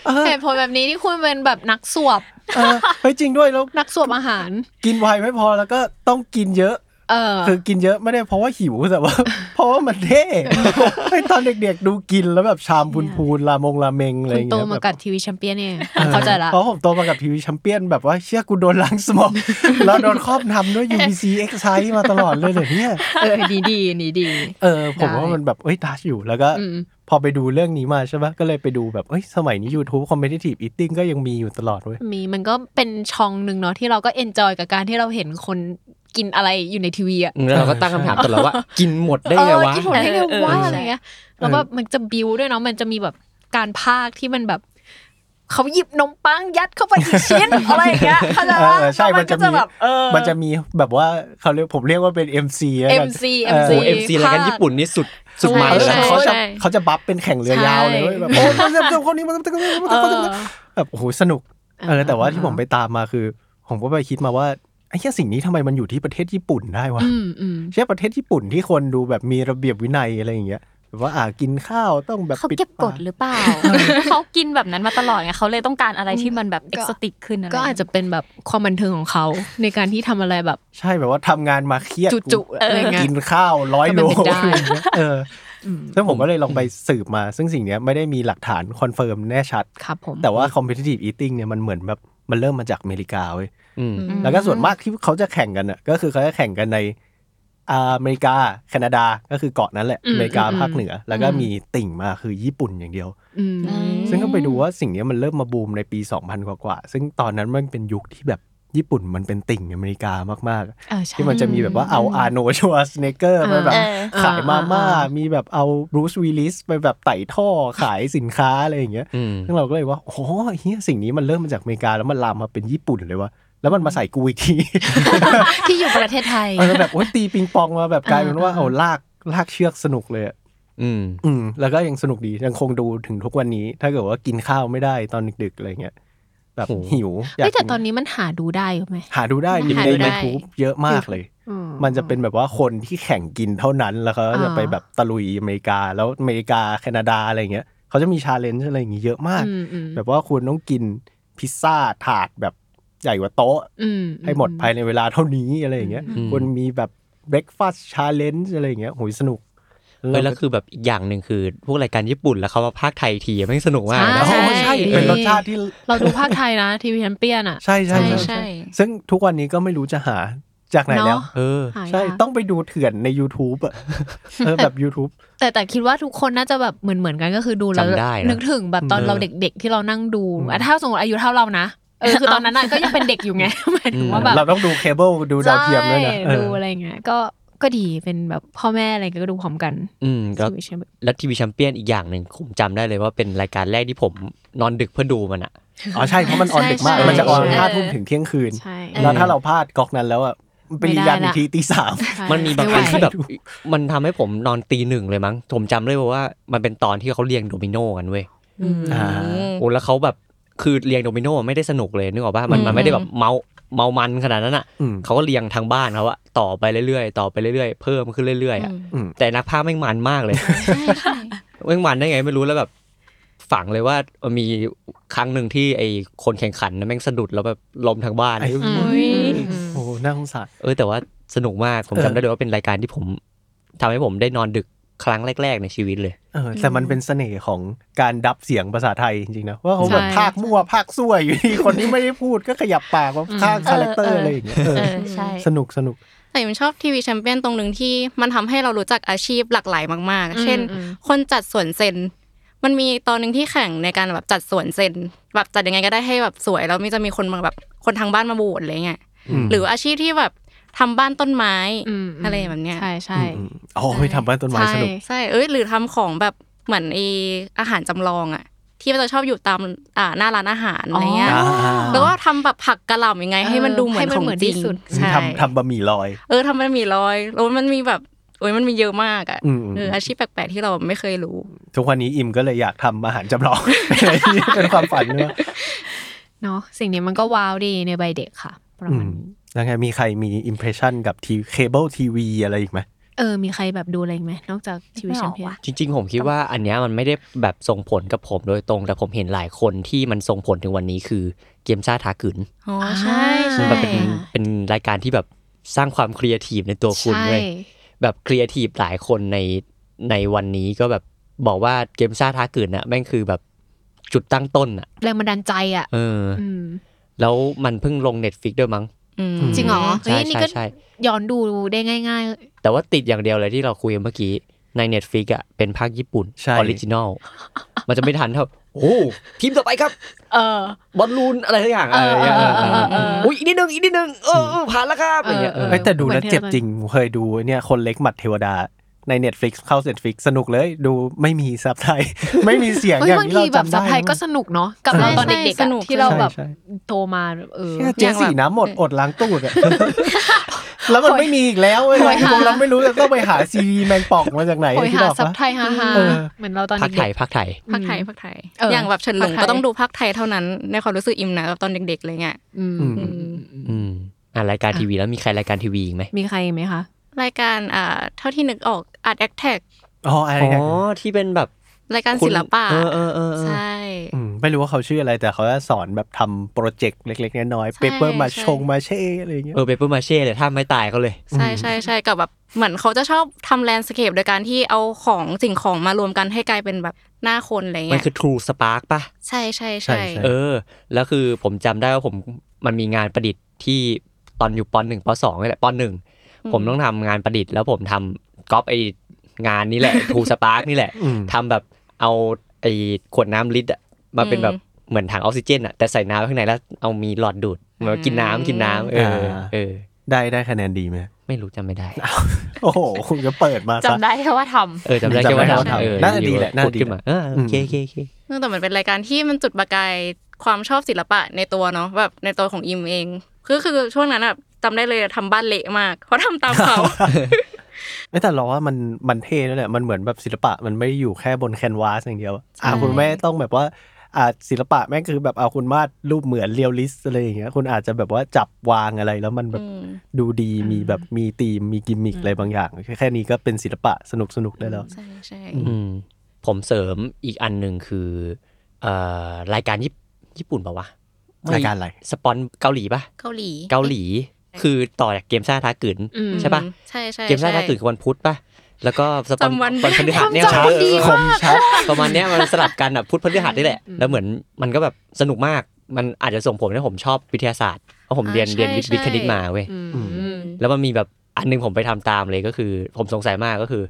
เออ
เหตุผลแบบนี้ที่คุณเป็นแบบนักสวบ
เออเฮ้ยจริงด้วยแล้ว
นักสวบอาหาร
กินไวไม่พอแล้วก็ต้องกินเยอะ
เออ
คือกินเยอะไม่ได้เพราะว่าหิวแต่ ว่า เพราะว่ามันเท่ไอตอนเด็กๆดูกินแล้วแบบชามพูนๆรามงราเมงอะไรอ
คุณ
ย่าง
โต
เงี้ย
มา
แบบ
กับทีวีแชมเปี้ยนเนี่ย
ออ
เข้าใจละ
เพราะผมโตมากับทีวีแชมเปี้ยนแบบว่าเชื่อกูโดนล้างสมอง แล้วโดนครอบทำ ด้วย UBC Excite มาตลอดเลยเหรอเนี่ย
เออ ดีดีดีดี
เออ ผม
ได้
ว่ามันแบบเอ้ยทัชอยู่แล้วก็
อืม
พอไปดูเรื่องนี้มาใช่ปะก็เลยไปดูแบบเอ้ยสมัยนี้ YouTube Competitive Eating ก็ยังมีอยู่ตลอดเว้ย
มีมันก็เป็นช่องหนึ่งเนาะที่เราก็เอนจอยกับการที่เราเห็นคนกินอะไรอยู่ในทีวีอะ
แล้วเราก็ตั้งคำถามตลอดว่า กินหมดได้ไงวะ
กินหมดได้ไง
เออเออ
วะอะไรเงี้ยแล้วแบบมันจะบิวด้วยเนาะมันจะมีแบบการพากย์ที่มันแบบ เขาหยิบนมปังยัดเข้าไปอีกชิ้น อะไรอย่างเงี้ยเข้าใจ
เอ
ปะ
อใช่
แล้ว
มันจะ
ก็
มี
แบบเออ
มันจะมีแบบว่าเขาเรียกผมเรียกว่าเป็น MC แล้วกัน
MC
เออ
MC
โอ้เอ็มซีรายการญี่ปุ่นนี่สุดสุด
ใช่
มั
เออ
นเลย
ใช่
นะ
เขาจะ
ใช่
เขาจะบัฟเป็นแข่งเรือยาวเลยเว้ยแบบโอ้ยเจ้าคนนี้มัน
เออ
แบบโอ้โหสนุกเออแต่ว่าที่ผมไปตามมาคือ ผมก็ไปคิดมาว่าไอ้แค่สิ่งนี้ทำไมมันอยู่ที่ประเทศญี่ปุ่นได้วะ
อืมอืม
ใช่ประเทศญี่ปุ่นที่คนดูแบบมีระเบียบวินัยอะไรอย่างเงี้ยแบบว่าอ่ากินข้าวต้องแบบ
เขา
ปิด
เก็บก
ปา
ดหรือเปล่า เขากินแบบนั้นมาตลอดไงเขาเลยต้องการอะไรที่มันแบบ
ก็
เอกซ์ติกขึ้นอะไร
ก็อาจจะเป็นแบบความบันเทิงของเขา ในการที่ทำอะไรแบบ
ใช่แบบว่าทำงานมาเครียด
จุๆอะไรเงี้ย
กินข้าวร้อยโล
ก็เป็นไปได้
อะไรอย่างเงี้ยเอออซึ่งผมก็เลยลองไปสืบมา ซึ่งสิ่งเนี้ยไม่ได้มีหลักฐานคอนเฟิร์มแน่ชัด
ครับผม
แต่ว่า competitive eating เนี่ยมันเหมือนแบบมันเริ่มมาจากอเมริกาเว้ย
อืม
อืม
แล้วก็ส่วนมากที่เขาจะแข่งกันน่ะก็คือเขาจะแข่งกันในอาอเมริกา แคนาดาก็คือเกาะนั้นแหละอเมริกาภาคเหนือ แล้วก็มีติ่งมาคือญี่ปุ่นอย่างเดียว
อืม
อืม
ซึ่งก็ไปดูว่าสิ่งเนี้ยมันเริ่มมาบูมในปี 2000 กว่ากว่าๆซึ่งตอนนั้นมันเป็นยุคที่แบบญี่ปุ่นมันเป็นติ่งอเมริกามาก
เออใช่
ๆ ที่มันจะมีแบบว่าเอาอาโนชัวสเนเกอร์มาแบบ
เออ
ขายมาม่ามีแบบเอาบรูซวิลลิสไปแบบไต่ท่อขายสินค้าอะไรอย่างเงี้ย
อืม
ซึ่งเราก็เลยว่า โอ้โหเฮียสิ่งนี้มันเริ่มมาจากอเมริกาแล้วมันลามมาเป็นญี่ปุ่นเลยว่ะ แล้วมันมาใส่กูอีกที
ที่อยู่ประเทศไทย
เออแบบโอ้ยตีปิงปองมาแบบกลายเป็นว่า
อ่า
เอาลากลากเชือกสนุกเลยอะ
อืม
อืม แล้วก็ยังสนุกดียังคงดูถึงทุกวันนี้ ถ้าเกิดว่ากินข้าวไม่ได้ตอนดึกๆอะไรเงี้ยแบบ
โอ้โห
หิว
เฮ้ยแต่ตอน
กิ
นี้มันหาดูได้ไหม
หาดูได้
หา
ใน
ดูได้
ยูทูบเยอะมากเลย
อืม
มันจะเป็นแบบว่าคนที่แข่งกินเท่านั้นแล้วเขาจะ
อ่า
ไปแบบตะลุยอเมริกาแล้วอเมริกาแคนาดาอะไรเงี้ยเขาจะมีชาเลนจ์อะไรอย่างงี้เยอะมาก
อืมอืม
แบบว่าคุณต้องกินพิซซ่าถาดแบบใหญ่กว่าโต๊ะ
อืม
ให้หมดภายในเวลาเท่านี้อะไรอย่างเงี้ย
อืม
คุณมีแบบเบรกฟาสต์ชาเลนจ์อะไรอย่างเงี้ยโหยสนุก
เออแล้วคือแบบอีกอย่างหนึ่งคือ พวกรายการญี่ปุ่นแล้วเขามาพากย์ไทยอีกทีไม่งสนุกมาก
ใช่
นะ
โอ้ใช่ เป็นรสชาติที่
เราดูภาคไทยนะ ทีวีแชมเปี้ยนอ่ะ
ใช่ใช่
ใช่
ใช่
ใช่
ซึ่งทุกวันนี้ก็ไม่รู้จะหาจากไหนแล้ว
เนาะ
เออ
หา
ใช่
ยาก
ต้องไปดูเถื่อนใน YouTube อะเออแบบ YouTube
แต่แต่คิดว่าทุกคนน่าจะแบบเหมือนเหมือนกันก็คือดูแล้ว
จำได้นะ
นึกถึงแบบตอน
เออ
เราเด็ก ๆ ที่เรานั่งดู
อืม
อ่ะถ้าสมมติอายุเท่าเรานะเอ อคือตอนนั้นน่ะก็ยังเป็นเด็กอยู่ไง หมายถึงว่าแบบ
เราต้องดูเคเบิลดูดาวเทียมด้วยนะ
ใช่
เออ
ดูอะไรอย่างเงี้ยก็ก็ดีเป็นแบบพ่อแม่อะไรก็ดูพร้อมกัน
อืมแล้ว
ทีวีแชมเปี้ยน
แล้วทีวีแชมเปี้ยนอีกอย่างหนึ่งผมจำได้เลยว่าเป็นรายการแรกที่ผมนอนดึกเพื่อดูมันอะ
อ๋อใช่เพราะมันออนดึกมาก
ใช่
มันจะออน
ใช่
ห้าทุ่มถึงเที่ยงคืน
ใช่
แล้วถ้าเราพลาดก๊อกนั้นแล้วอ่ะมันไปรีรันอีกทีตีสาม
มันมีบาง
ไม่
ครั้ง
ไหว
ที่แบบมันทำให้ผมนอนตีหนึ่งเลยมั้งผมจำเลยว่ามันเป็นตอนที่เขาเรียงโดมิโนกันเว้ย
อืม
อ่า
โอ้แล้วเขาแบบคือเรียงโดมิโนไม่ได้สนุกเลยนึกออกป่ะมันมันไม่ได้แบบเมาเมามันขนาดนั้นอ่ะ
อืม
เขาก็เรียงทางบ้านเขาอะต่อไปเรื่อยๆ ต่อไปเรื่อยๆ เพิ่มขึ้นเรื่อยๆอะ
อืม
แต่นักภาพไม่งมันมากเลย
ใช่ใช่
แม่งมันได้ไงไม่รู้แล้วแบบฝังเลยว่ามันมีครั้งหนึ่งที่ไอคนแข่งขันนะแม่งสะดุดแล้วแบบลมทางบ้าน
ไอ้
อืม
โอ้น่าสงสาร
เออแต่ว่าสนุกมากผม
เออ
จำได้เลยว่าเป็นรายการที่ผมทำให้ผมได้นอนดึกครั้งแรก ๆ ในชีวิตเลย
เออแต่มันเป็นเสน่ห์ของการดับเสียงภาษาไทยจริงๆนะว่าเขาแบบ
ใช่
ภาคมั่วภาคซั่วอยู่ ดี คนที่ไม่ได้พูดก็ขยับปากว่าภาคคาแรคเตอร์
เออ
อะไรอย่างเงี้ยเออ
เออใช่
สนุกสนุก
แต่ผมชอบทีวีแชมเปี้ยนตรงหนึ่งที่มันทำให้เรารู้จักอาชีพหลากหลายมาก
อืม
ๆ เช่น
อืม
คนจัดสวนเซน มันมีตอนหนึ่งที่แข่งในการแบบจัดสวนเซน แบบจัดยังไงก็ได้ให้แบบสวย แล้วมีจะมีคนมาแบบคนทางบ้านมาโบดอะไรเงี้ย
อืม
หรืออาชีพที่แบบ ทำบ้านต้นไม้
อืมม
อะไรแบบเนี้ย
ใช่ใช่
อืมอืมอ๋อไปทำบ้านต้นไม้สนุก
ใช่เอ้ยหรือทำของแบบเหมือนไออาหารจำลองอะที่มันจะชอบอยู่ตามอ่าหน้าร้านอาหารอะไรเงี้ย
อ๋อ
แล้วก็ทำแบบผักกะหล่ำยังไง ให้มันดูเหมือนข
ให้มัน
อง
เหมือน
จ
ที่
ริง
สุด
ใช่
ทำทำบะหมี่ลอย
เออทำมันมีรอยแล้วมันมีแบบโอ้ยมันมีเยอะมากอะ
อืมอืม
เอออาชีพแปลกๆที่เราไม่เคยรู้
ทุกวันนี้อิมก็เลยอยากทำอาหารจำลอง เป็นความฝันเนอะ
เนาะสิ่งนี้มันก็ว้าวดีในวัยเด็กค่ะประ
อื
มาณ
ม
นี้
แล้วไงมีใครมีอิมเพรสชันกับทีเคเบิลทีวีอะไรอีกไหม
เออมีใครแบบดูอะไรอีกไหมนอกจากทีวี
ไม่
แช
อ
ม
อก
เปี้ยน
ว่ะ
จริงๆ ผมคิดว่าอันเนี้ยมันไม่ได้แบบส่งผลกับผมโดยตรง แต่ผมเห็นหลายคนที่มันส่งผลถึงวันนี้คือเกมซ่าทาขืน
อ๋อใช่
อ่า
ใช่
มันเป็นเป็นรายการที่แบบสร้างความครีเอทีฟในตัวคุณ
ใช่
เว้ยแบบครีเอทีฟหลายคนในในวันนี้ก็แบบบอกว่าเกมซ่าทาขืนน่ะแม่งคือแบบจุดตั้งต้นอ่ะ
แรงบันดาลใจอ่ะ
เอออ
อืม
แล้วมันเพิ่งลง Netflix ด้วยมั้ง
อืม
จริงเหรอเฮ้
ใช่
ยนี่
ใช่
ก็
ใช่
ย้อนดูได้ง่าย
แต่ว่าติดอย่างเดียวเลยที่เราคุยกันเมื่อกี้ใน Netflix อ่ะเป็นภาคญี่ปุ่น
ใช่
ออริจินอลมันจะไม่ทันเท่าโอ้ทีมต่อไปครับ
ๆ เออ
บอลลูนอะไรทุกอย่างอะไรอย่างเงี้ย
เออเออเออเออ
อุ้ยอีกนิดนึงอีกนิดนึงเออเออผ่านแล้วครับอะไรเงี้ย
เออ
เอ
เอ้ย
อ
แต่ดู
เหมื
แล้
อ
วน
ที่
เจ็บ
เรา
จริงเคยดูเนี่ยคนเล็กหมัดเทวดาใน Netflix เข้า Netflix สนุกเลยดูไม่มีซับไทย ไม่มีเสียง
เฮ้
อย ย่าง
บาง
ที่
ที
เรา
แบบ
จำ
สั
ได้
บไทยก็สนุกเนาะกลับเราตอนเด็ก
ส
ๆอะ
นุก
ที่เราแบบ
ใช่
โตมาแบบเออ
ใช่เจ๊สีน้ำหมดอดล้างตู้ดอะ แล้วมันไม่มีอีกแล้วเว้ย
โหยหา
เราไม่รู้จะต้องไปหาซีดีแมงป่องมาจากไหน
โอย
ที่
หา
บอก
สับ
ว่า
ไทยฮาฮา
เออ
เหมือนเราตอน
พักไท
เด็
ย
ก
พักไทย
ภาคไทยภาคไทย
เออ
อ
อย่าง
แบบเฉินหลง
ภาคไทย
ก็ต้องดูภาคไทยเท่านั้น ในความรู้สึกอิมนะแบบตอนเด็กๆเลยไง
ๆอืม
อืม
อืม
อืมอ่ารายการทีวีแล้วมีใครรายการทีวีอีกไหม
มีใครอีกไหมคะ
รายการอ่าเท่าที่นึกออกอาร์ตแอคแท็ก
อ๋ออะไร
อ๋อ
เนี่ย
ที่เป็นแบบ
รายการ
คุณ
ศิลปะ
เออเออเออเออ
ใช่
มไม่รู้ว่าเขาชื่ออะไรแต่เขาจะสอนแบบทำโปรเจกต์เล็ก ๆ น้อยๆ
ใช่
เปเปอร์มา
ใช่
ชงมาเช่อะไรอย่างเงี้ย
เออเปเปอร์มาเช่เลยถ้าไม่ตายเขาเลย
ใช่ใช่ใช่กับแบบเหมือนเขาจะชอบทำแลนด์สเคปโดยการที่เอาของสิ่งของมารวมกันให้กลายเป็นแบบหน้าคนอะไร
มัน
เงี้ย
คือทรูสปาร์กป่ะ
ใช่ใช่
ใช่
ใช่
ใช่
เออ แล้วคือผมจำได้ว่าผมมันมีงานประดิษฐ์ที่ตอนอยู่ปหนึ่งปสองนี่แหละปหนึ่งผมต้องทำงานประดิษฐ์แล้วผมทำก๊อปไองานนี้แห ละทูสปาร์กนี่แหละ
อืม
ทำแบบเอาไอขวดน้ำลิตรอะมาเป็นแบบเหมือนถังออกซิเจนอะแต่ใส่น้ำข้างในแล้วเอามีหลอดดูดเหมือนกินน้ำกินน้ำเออเออ
ได้ได้คะแนนดีไหม
ไม่รู้จำไม่ได้
โอ้โหคุณก็เปิดมาซะ
จำได้แค่ว่าทำ
เออจำได้แค่ว่า
จำได้ว่า
ทำเออ
น่าจะดีแหละน่าจะดี
พูขึ้นมาเออโอเคโอเคโอเค
เออแต่มันเป็นรายการที่มันจุดประกายความชอบศิลปะในตัวเนาะแบบในตัวของอิมเองคือคือช่วงนั้นอะจำได้เลยทำบ้านเละมากเพราะทำตามเขา
ไม่แต่เราว่ามันมันเท่นั่นแหละมันเหมือนแบบศิลปะมันไม่ได้อยู่แค่บนแคนวาสอย่างเดียวอะอ่าคุณไม่ต้องแบบว่าอ่าศิลปะแม่งคือแบบเอาคุณวาดรูปเหมือนเรียลลิสต์อะไรอย่างเงี้ยคุณอาจจะแบบว่าจับวางอะไรแล้วมันแบบ
อืม
ดูดีมีแบบมีธีมมีกิมมิคอะไรบางอย่าง แค่นี้ก็เป็นศิลปะสนุกสนุกๆได้แล้ว
ใช่ใช่
อืมผมเสริมอีกอันหนึ่งคือเอ่อรายการญี่ปุ่นญี่ปุ่นปะวะม่
รายการอะไร
สปอนเกาหลีปะ
เกาหลี
เกาหลี คือต่อจากเกมซ่าท้ากืน
อืม
ใช่ปะ
ใช่ใช่
เกมซ่าท้ากืนคือวันพุธปะแล้วก็สปอน
จำวันไม่
วันพฤหัสเนี่ย
ความจำ
เออ
ดีมาก
ผมชัดประมาณเนี้ยมันสลับกันอ่ะพุธพฤหัสนี่แหละ แล้วเหมือนมันก็แบบสนุกมากมันอาจจะส่งผมให้ผมชอบวิทยาศาสตร์เพราะผมเรียน
อ่า
เรียนวิทย์
ใช่
วิทย์คณิตมาเว้ย
อืม
แล้วมันมีแบบอันหนึงผมไปทำตามเลยก็คือ ผมสงสัยมากก็คือ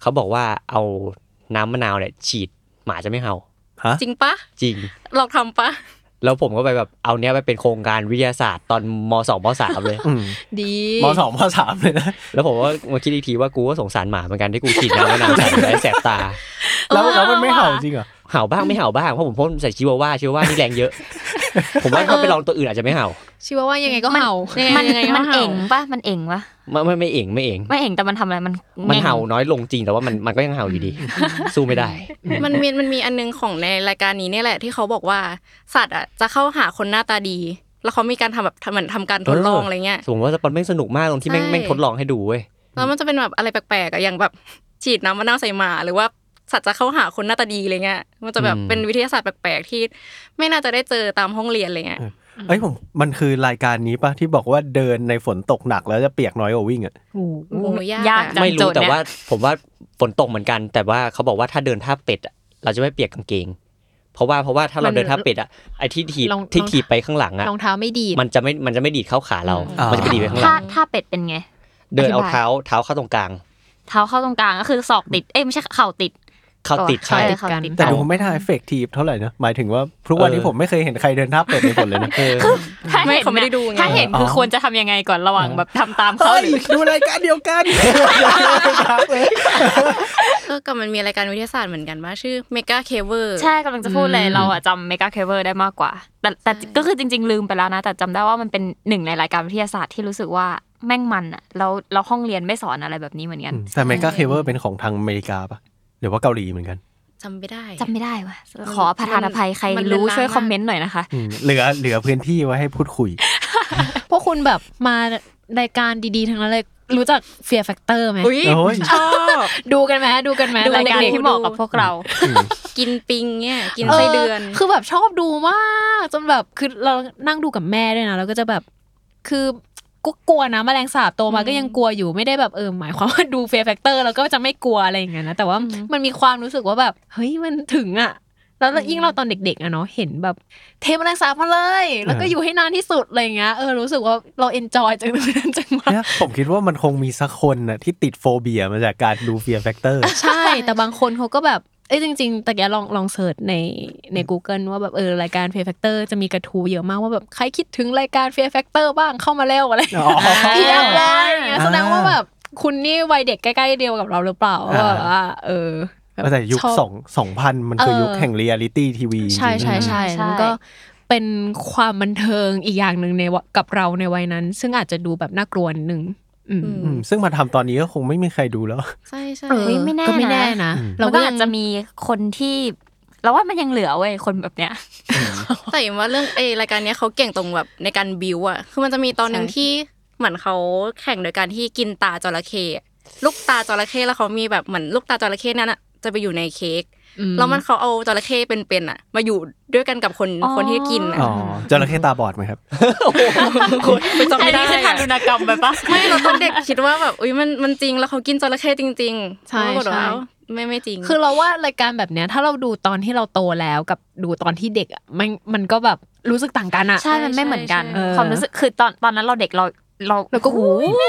เขาบอกว่าเอาน้ำมะนาวเนี่ยฉีดหมาจะไม่เห่า
ฮะ
จริงปะ
จริง
ลองทำปะ
แล้วผมก็ไปแบบเอาเนี้ยไปเป็นโครงการวิทยาศาสตร์ตอนมสองมสามเลย
อืม
ดี
มสองมสามเลยนะ
แล้วผมว่ามาคิดอีกทีว่ากูก็สงสารหมาเหมือนกันที่กูฉีดน้ำมะนาวใส่ไปแล้วแสบตา
แล้วแล้วมันไม่เห่าจริงเหรอ
เห่าบ้างไม่เห่าบ้างเพราะผมพ่นใส่ชิวาว่าชิวาว่านี่แรงเยอะ ผมว่าถ้าไปลองตัวอื่นอาจจะไม่เห่า
ชื่อว่ายังไงก็เห่า
ยังไง
มัน
ยังไงก็
มัน
ห่า
เอ่งปะมันเอ่งปะ
ไม่ไม่ไม่เองไม่เอง
ไม่เอ่งแต่มันทำอะไรมัน
มันเห่า
แง่ง
น้อยลงจริงแต่ว่ามันมันก็ยังเห่าอยู่ดี สู้ไม่ได้
มันมีมันมีอันนึงของในรายการนี้เนี่ยแหละที่เขาบอกว่าสัตว์อ่ะจะเข้าหาคนหน้าตาดี แล้วเขามีการทำแบบเหมือนทำการทดลอง
เออ
อะไรเงี้ย
ผมว่าสปอนแม่งสนุกมากตรงที่แม่ง
ใช่
แม่งทดลองให้ดูเว้ย
แล้วมันจะเป็นแบบอะไรแปลกๆอะอย่างแบบ ฉีดน้ำมะนาวใส่หมา หรือว่าสัตว์จะเข้าหาคนหน้าตาดีอะไรเงี้ยมันจะแบบ
อืม
เป็นวิทยาศาสตร์แปลกๆที่ไม่น่าจะได้เจอตามห้องเรียนอะไรเงี้ย
เอ้ยผมมันคือรายการนี้ปะที่บอกว่าเดินในฝนตกหนักแล้วจะเปียกน้อยกว่าวิ่งอะ
โอ้ย
ยาย
าก ก
จัง
ไม่
โจ
รู้
ทย์
แต่
เนี่ย
ว่าผมว่าฝนตกเหมือนกัน แต่ว่าเขาบอกว่าถ้าเดินท่าเป็ดอะเราจะไม่เปียกกางเกง เพราะว่าเพราะว่าถ้าเรา
มัน
เดินท่าเป็ดอ่ะไอ้ที่ถีบ
รอง
ที่
รอง
ถีบไปข้างหลังอ่ะ
รองเท้าไม่ดีด
มันจะไม่มันจะไม่ดีดเข้าขาเรา
อ่ามั
มันจะไปดีดไปข้างห
ถ้า
ลัง
ถ้าเป็ดเป็นไง
เดินเอา
อธิบาย
เท้าเท้าเข้าตรงกลาง
เท้าเข้าตรงกลางก็คือศอกติด เอ้ยไม่ใช่เข่าติด
เข้าติด
ใช่
ใช่
ติดกัน
แต่ดูไม่น่าเอฟเฟกตีฟเท่าไหร่นะ หมายถึงว่าทุกวันนี้
เออ
ผมไม่เคยเห็นใครเดินท่าเป็ดในฝนเลยนะ
ถ้าเห็นไม่เขาไม่ได้ดูไง
ถ้าเห็นคือควรจะทำยังไงก่อนระหว่างแบบทำตามเขา
เฮ้ย
หรือ
ดูรายการเดียวกัน
ก็ก็มันมีรายการวิทยาศาสตร์เหมือนกันว่าชื่อ Mega Caver
ใช่กำลังจะพูดเลย
อืม
เราอะจำเมกาเคเวอร์ได้มากกว่า แต่แต่ก็คือจริง ๆ ลืมไปแล้วนะ แต่จำได้ว่ามันเป็นหนึ่งในรายการวิทยาศาสตร์ที่รู้สึกว่าแม่งมันอะแล้วเราห้องเรียนไม่สอนอะไรแบบนี้เหมือนกัน
แต่เมกาเคเบิลเป็นของทางอเมริกาปะหรือว่าเกาหลีเหมือนกัน
จำไม่ได้
จำไม่ได้ว่ะขอประทานอภัยใคร
มัน
รู้
เลือนลาง
ช่วย
มาก
คอมเมนต์หน่อยนะคะ
อืมเหลือเหลือพื้นที่ไว้ให้พูดคุย
พวกคุณแบบมารายการดีๆทั้งนั้นเลยรู้จักเฟียร์แฟกเตอร์ไหม
อุ้ย
โอ้ย
ชอบ
ดูกันไหมดูกันไหม
ดูรายการ
เด็ๆ
ที่เหมาะกับพวกเรา
อืม
กินปิงเนี่ยกินไส้เดือน
คือแบบชอบดูมากจนแบบคือเรานั่งดูกับแม่ด้วยนะแล้วก็จะแบบคือก็กลัวนะแมลงสาบโตมาก็ยังกลัวอยู่ไม่ได้แบบเออหมายความว่าดูเฟียร์แฟกเตอร์แล้วก็จะไม่กลัวอะไรอย่างเงี้ยนะแต่ว่า
อืม
มันมีความรู้สึกว่าแบบเฮ้ยมันถึงอ่ะแล้วยิ่งเราตอนเด็กๆอะเนาะเห็นแบบเทแมลงสาบมาเลย แล้วก็
เออ
อ
อ
ยู่ให้นานที่สุดอะไรอย่างเงี้ยเออรู้สึกว่าเราเอนจอยจั งเลยจังมาก
เนี่ยผมคิดว่ามันคงมีสักคนนะที่ติดโฟเบียมาจากการดูเฟียร์แฟกเตอร์
ใช่ แต่บางคนเขาก็แบบ เอ้ยจริงๆตะกี้ลองลองเสิร์ชในใน Google ว่าแบบเออรายการ Fear Factor จะมีกระทู้เยอะมากว่าแบบใครคิดถึงรายการ Fear Factor บ้างเข้ามาแล้ว อะไร
อ๋อ
เพียบเลยอย่างเงี้ย
อ่า
แสดงว่าแบบคุณนี่วัยเด็กใกล้ๆเดียวกับเราหรือเปล่าว่าแบบว่าเออแบบ
แต่ยุค
ชอบ
สองสองพันมันคือ
เออ
ยุคแห่งเรียลิตี้ทีวี
ใช่ใช่ใช่
ใช่
มันก็เป็นความบันเทิงอีกอย่างหนึ่งในวะกับเราในวัยนั้น ซึ่งอาจจะดูแบบน่ากลัวนิดนึงอืม
อื
ซึ่งมาทำตอนนี้ก็คงไม่มีใครดูแล้ว
ใช่ใช่
เออ
เฮ้ยไม่แน่นะ
ก็ไม่แน่นะ
เรา
เรา
ก็
ก็
อา
อา
จ
จ
จะ
จะ
มีคนที่ เราว่ามันยังเหลือเว้ยคนแบบเนี้ย
แต่เห็นว่าเรื่องไอรายการเนี้ยเขาเก่งตรงแบบในการบิวอะคือมันจะมีตอนหนึ่ง
ใช่
ที่เหมือนเขาแข่งโดยการที่กินตาจระเข้ลูกตาจระเข้แล้วเขามีแบบเหมือนลูกตาจระเข้นั่นอะจะไปอยู่ในเค้ก
อื
แล้วมันเขาเอาจระเข้เป็นๆอะมาอยู่ด้วยกันกับคน
อ๋อ
คนที่กินอะ
อ๋อจระเข้ตาบอดไหมครับ
ไม่จำไม่ได้
อันนี้คือทา
อะ
รุณกรรมไปปะ
ไม่เราตอนเด็กคิดว่าแบบอุ้ยมันมันจริงแล้วเขากินจระเข้จริงๆ
ใช่
ปรากฏว่า
ใช่
ไม่ไม่จริง
คือเราว่ารายการแบบเนี้ยถ้าเราดูตอนที่เราโตแล้วกับดูตอนที่เด็กอะมันมันก็แบบรู้สึกต่างกันอะ
ใช่ มันไม่เหมือนกัน
ใช่
เออ
ความรู้สึก คือตอนตอนนั้นเราเด็กเราเรา
แล้วก็หูหู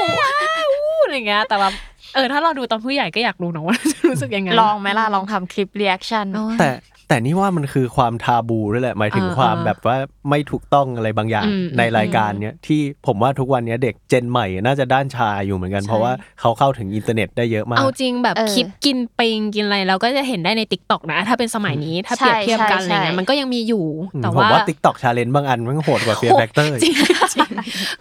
อะไรเงี้ยแต่ว่าเออถ้าเราดูตอนผู้ใหญ่ก็อยากรู้เนอะว่า จะรู้สึกยังไง
ลองไหมล่ะ ลองทำคลิปเรีแอคชั่น
โอ้ย
แต่แต่นี่ว่ามันคือความทาบูด้วยแหละหมายถึง
เออ
ความ
เออ
แบบว่าไม่ถูกต้องอะไรบางอย่าง
อืม
ในรายการเนี้ยที่ผมว่าทุกวันเนี้ยเด็กเจนใหม่น่าจะด้านชาอยู่เหมือนกัน
ใช่
เพราะว่าเขาเข้าถึงอินเทอร์เน็ตได้เยอะมาก
เอาจริงแบบ
เออ
คลิปกินปิงกินอะไรเราก็จะเห็นได้ในติ๊กต็อกนะ ถ้าเป็นสมัยนี้ถ้าเปรียบเทียบกันอะไร
ใช่ใช่
เงี้ยมันก็ยังมีอยู่แต่
ผม
ว่า
ว่า TikTok Challenge บางอันมันโหดกว่า Fear Factor
จริง จริง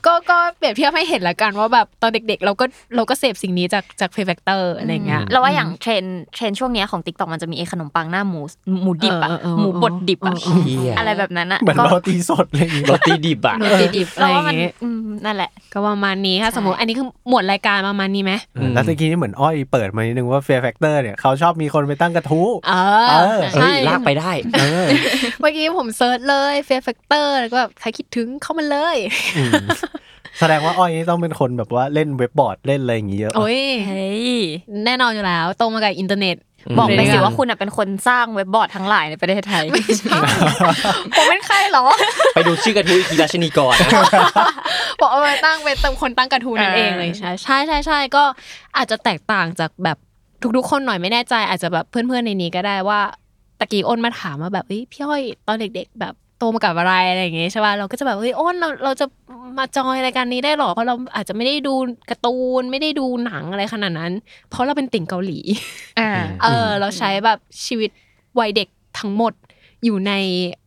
ก็ก็เปรียบเทียบให้เห็นละกันว่าแบบตอนเด็กๆ เราก็เราก็เสพสิ่งนี้จากจากเฟกเตอร์อะไรเงี้ย
เราว่าอย่างเทรนเทรนช่วงเนี้ยของติ๊กต็อกมันจะมีไอ้ขนมปังหน้าหมูหมูดิบอะ
เออเออเออ
หมูบดดิบอะ
เออเออ
เหี้ย
อะไรแบบนั้นอะ
เหมือน
ก็
โรตีสดเลย
โรตีดิบอ่ะ
โรตีดิบอะไร
เรา
อ
ว่า
ย่าง
มัน
งี้
อืมนั่นแหละ
ก็ประมาณนี้ค่ะ
ใช่
สมมติอันนี้คือหมวดรายการประมาณนี้ไหม
อืม
แล้วตะกี้นี่เหมือนอ้อยเปิดมานิดนึงว่า Fear Factor เนี่ยเขาชอบมีคนไปตั้งกระทู้
เอ
เอ
อ
อ
เฮ้
ใช่
ยลากไปได้
เออ
เมื่อกี้ผมเซิร์ชเลยเฟ a แฟกเตอร์แล้วก็แบบใครคิดถึงเข้ามาเลย
อื มแสดงว่าอ้อยนี่ต้องเป็นคนแบบว่าเล่นเว็บบอร์ดเล่นอะไรอย่างงี้เยอะ
โอ้ย
เฮ้ย
แน่นอนอยู่แล้วโตมากับอินเทอร์เน็ต
บอกไปสิ
เออ
ว่าคุณอะเป็นคนสร้างเว็บบอร์ดทั้งหลายในประเทศไทย
ผมเป็นใครเหรอ
ไปดูชื่อกระทู้อีกทีราชนีกรนะ
บอกเอามาตั้งเป็นตั้งคนตั้งกระทูนั่นเองเลยใช่ใช่ใช่ใช่ก็อาจจะแตกต่างจากแบบทุกๆ คนหน่อยไม่แน่ใจ อาจจะแบบเพื่อนๆในนี้ก็ได้ว่าตะกี้อ้นมาถามว่าแบบเฮ้ยพี่อ้อยตอนเด็ก ๆ แบบโตมากับอะไรอะไรอย่างเงี้ยใช่ป่ะเราก็จะแบบเฮ้ยอ้นเราเราจะมาจอยรายการนี้ได้หรอเพราะเราอาจจะไม่ได้ดูการ์ตูนไม่ได้ดูหนังอะไรขนาดนั้น เพราะเราเป็นติ่งเกาหลี
อ่า
เออเราใช้แบบชีวิตวัยเด็กทั้งหมดอยู่ใน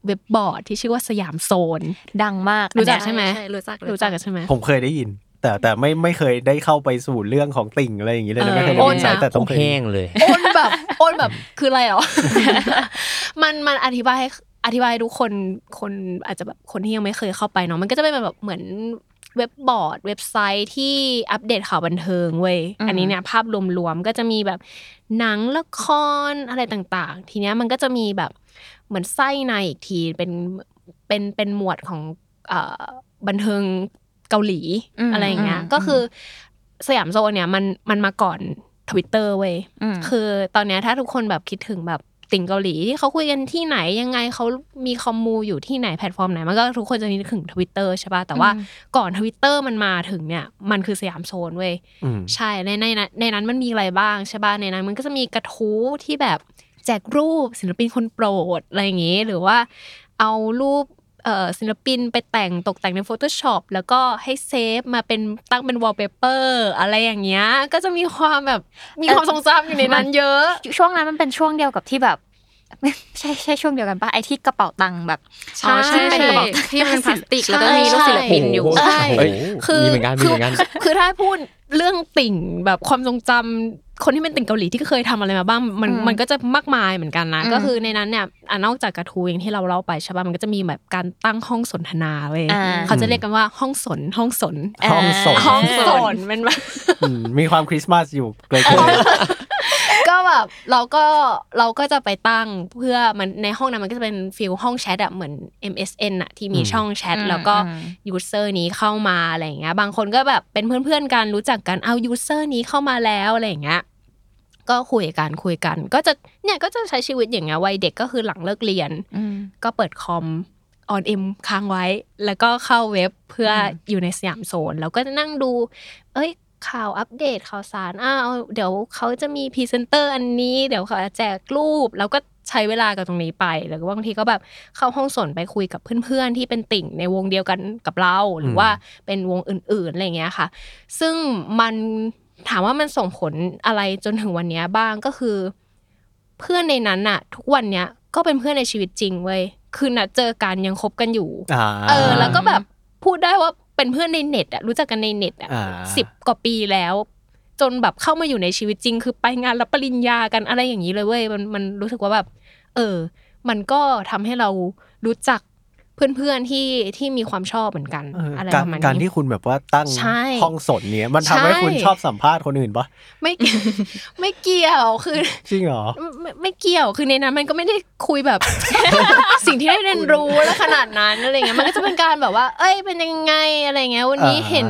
เว็บบอร์ดที่ชื่อว่าสยามโซน
ดังมาก
รู้จัก
อันเนี้ย
ใช่ไหม
รู้จัก
รู้จักกันใช่ไหม
ผมเคยได้ยิน แต่แต่ไม่ไม่เคยได้เข้าไปสู่เรื่องของติ่งอะไรอย่างงี้เลยนะไม่เคยได้
เออ
ยินสายแต่
ต้
ต้
อ
อง งเคย
แห้งเลย
โอนแบบโอนแบบคืออะไรเห รอ มันมันอธิบายให้อธิบายให้ทุกคนคนอาจจะแบบคนที่ยังไม่เคยเข้าไปเนาะมันก็จะเป็นแบบเหมือนเว็บบอร์ด เว็บไซต์ที่อัปเดตข่าวบันเทิงเว้ยอันนี้เนี่ยภาพรวมๆก็จะมีแบบหนังละครอะไรต่างๆ ทีเนี้ยมันก็จะมีแบบเหมือนไส้ในอีกทีเป็นเป็นเป็นหมวดของเอ่อบันเทิงเกาหลี
ม
อะไรอย่างเงี้ย
ม
ก็คือสยามโซนเนี่ยมันมันมาก่อนทวิตเตอร์เว้ย
ม
คือตอนเนี้ยถ้าทุกคนแบบคิดถึงแบบติ่งเกาหลีที่เขาคุยกันที่ไหนยังไงเขามีคอมมูอยู่ที่ไหนแพลตฟอร์มไหนมันก็ทุกคนจะนึกถึงทวิตเตอร์ใช่ป่ะแต่ว่า
อืม
ก่อนทวิตเตอร์มันมาถึงเนี่ยมันคือสยามโซนเว้ย
อืม
ใช่ในในนั้นในนั้นมันมีอะไรบ้างใช่ป่ะในนั้นมันก็จะมีกระทู้ที่แบบ แจกรูปศิลปินคนโปรดอะไรอย่างงี้ หรือว่าเอารูปเอ่อศิลปินไปแต่งตกแต่งใน Photoshop แล้วก็ให้เซฟมาเป็นตั้งเป็นวอลเปเปอร์อะไรอย่างเงี้ยก็จะมีความแบบมีความทรงจำอยู่ในนั้นเยอะ
ช่วงนั้นมันเป็นช่วงเดียวกับที่แบบ ไม่ใช่ใช่ช่วงเดียวกันปะไอที่กระเป๋าตังค์แบบ
ใช่
อ๋อ
ใช่
เป็นกระเป๋าตังค์
ที่มันพลาสติกแล้วก็
ใช่
มีลูกศิลปินอยู่
โโห
ใช่
เอ้ย
คือ
มีเหมือนกันมีเหมือนกัน
คือคือถ้าพูดเรื่องติ่งแบบความทรงจำคนที่เป็นติ่งเกาหลีที่เคยทำอะไรมาบ้างมัน
อืม
มันก็จะมากมายเหมือนกันนะ
อืม
ก็คือในนั้นเนี่ยอ่ะนอกจากกระทูอย่างที่เราเล่าไปใช่ป่ะมันก็จะมีแบบการตั้งห้องสนทนาเว้ย
อ่า
เขาจะเรียกกันว่าห้องสนห้องสน
อ่า
ห้องสด
ห้องส
ส
น
น
มันแบบ
อืมมีความคริสต์มาสอยู่เกลย
ก็แบบเราก็เราก็จะไปตั้งเพื่อมันในห้องนั้นมันก็จะเป็นฟิลห้องแชทอะเหมือน MSN อะที่มีช่องแชท
อืม
แล้วก็
อืม
ยูเซอร์นี้เข้ามาอะไรอย่างเงี้ยบางคนก็แบบเป็นเพื่อนๆกันรู้จักกันเอายูเซอร์นี้เข้ามาแล้วอะไรอย่างเงี้ยก็คุยกันคุยกัน ก็จะเนี่ยก็จะใช้ชีวิตอย่างเงี้ยวัยเด็กก็คือหลังเลิกเรียน
อืม
ก็เปิดคอมออนเอ็มค้างไว้ แล้วก็เข้าเว็บเพื่อออยู่ในสยามโซน แล้วก็จะนั่งดู เอ้ย ข่าวอัปเดตข่าวสารอ้าวเดี๋ยวเขาจะมีพรีเซนเตอร์อันนี้เดี๋ยวเขาจะแจกรูป แล้วก็ใช้เวลากับตรงนี้ไปแล้วก็บางทีก็แบบเข้าห้องสนไปคุยกับเพื่อนๆ ที่เป็นติ่งในวงเดียวกันกับเรา หรือว่าเป็นวงอื่นๆอะไรอย่างเงี้ยค่ะ ซึ่งมันถามว่ามันส่งผลอะไรจนถึงวันเนี้ยบ้างก็คือ เพื่อนในนั้นน่ะ ทุกวันเนี้ยก็เป็นเพื่อนในชีวิตจริงเว้ยคือนัดเจอกันยังคบกันอยู่
อ่า
เออ แล้วก็แบบพูดได้ว่าเป็นเพื่อนในเน็ตอะรู้จักกันในเน็ตอะ
อ่า
สิบกว่าปีแล้ว จนแบบเข้ามาอยู่ในชีวิตจริง คือไปงานรับปริญญากันอะไรอย่างนี้เลยเว้ยมันมันรู้สึกว่าแบบ เออ มันก็ทำให้เรารู้จักเพื่อนๆที่ที่มีความชอบเหมือนกัน
เออ
อะไร
การ
ประมาณ
การ
นี้
ที่คุณแบบว่าตั้ง
ใช่
ห้องสดเนี้ยมันทำให้
ใช่
คุณชอบสัมภาษณ์คนอื่นปะ
ไม่ ไม่เกี่ยวคือ
จริงเหรอ
ไม่ไม่เกี่ยว คือในนั้นมันก็ไม่ได้คุยแบบ สิ่งที่ได้เรียนรู้แล้วขนาดนั้นอะไรเงี้ย มันก็จะเป็นการแบบว่า เอ้ย เป็นยังไงอะไรเงี้ย วันนี้
อ่า
เห็น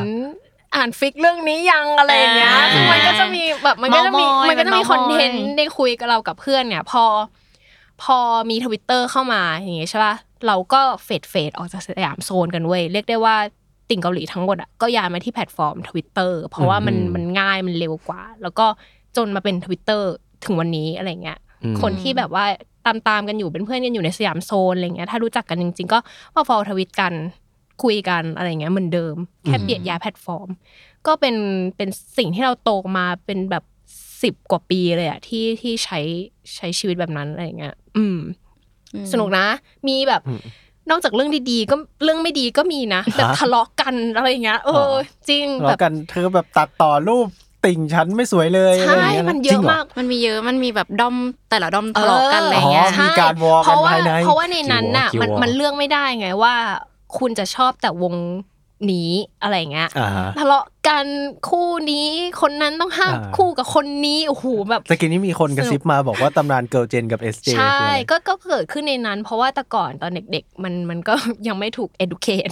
อ่านฟิกเรื่องนี้ยังอะไรอย่างเงี้ย
อ่า
คือมันก็จะมีแบบมันก็จะมี
เมาส์มอย
มันก็จะมี
เป็
คอ
นเมาส์มอย
นเทนต์ได้คุยกับเรากับเพื่อนเนี่ย พอ พอมีทวิตเตอร์เข้ามาอย่างเงี้ยใช่ป่ะ เราก็เฟดเฟดออกจากสยามโซนกันเว้ย เรียกได้ว่าติ่งเกาหลีทั้งหมดอ่ะ ก็ย้ายมาที่แพลตฟอร์มทวิตเตอร์ เพราะว่ามัน
อืม
มันง่าย มันเร็วกว่า แล้วก็จนมาเป็นทวิตเตอร์ถึงวันนี้อะไรเงี้ย
อืม
คนที่แบบว่าตามตามๆกันอยู่เป็นเพื่อนกันอยู่ในสยามโซนอะไรเงี้ยถ้ารู้จักกันจริง ๆ ก็มาฟอลทวิตกันคุยกันอะไรเงี้ยเหมือนเดิมแค่เปลี่ยนยายแพลตฟอร์ม ก็เป็นเป็นสิ่งที่เราโตมาเป็นแบบสิบกว่าปีเลยอะที่ที่ใช้ใช้ชีวิตแบบนั้นอะไรเงี้ยอืม สนุกนะ มีแบบ
อืม
นอกจากเรื่องดีๆก็เรื่องไม่ดีก็มีนะแบบ
ฮะ
ทะเลาะกันอะไรอย่างเงี้ย
ห
เอ
ร
อ
อ
จริง
แล้
แบ
ว
บ
กันเธอแบบตัดต่อรูปติ่งฉันไม่สวยเลยอะไรอ
ใช่
ย่างเงี้ย
มันเย
จริ
อะ
งหร
มาก
มันมีเยอะมันมีแบบด้อมแต่ละด้อมทะเลาะกันอะไรอย่างเงี้ย
อ๋อ มีการวอลกัน
เพราะว่า
ภายใน
เพราะว่าในนั้นน่ะ
คิววอล
มัน
คิววอล
มันเลือกไม่ได้ไงว่า คุณจะชอบแต่วงนี้อะไรเงี้ย
อ่า
ทะเลาะกันคู่นี้คนนั้นต้องห้าม
อ่า
คู่กับคนนี้โอ้โหแบบ
ตะกี้นี้มีคนกระซิบมาบอกว่าตำนานเกิร์ลเจนกับเอสเจ
ใช่ก็ก็เกิดขึ้นในนั้น เพราะว่าแต่ก่อนตอนเด็กๆ มันมันก็ ยังไม่ถูก educate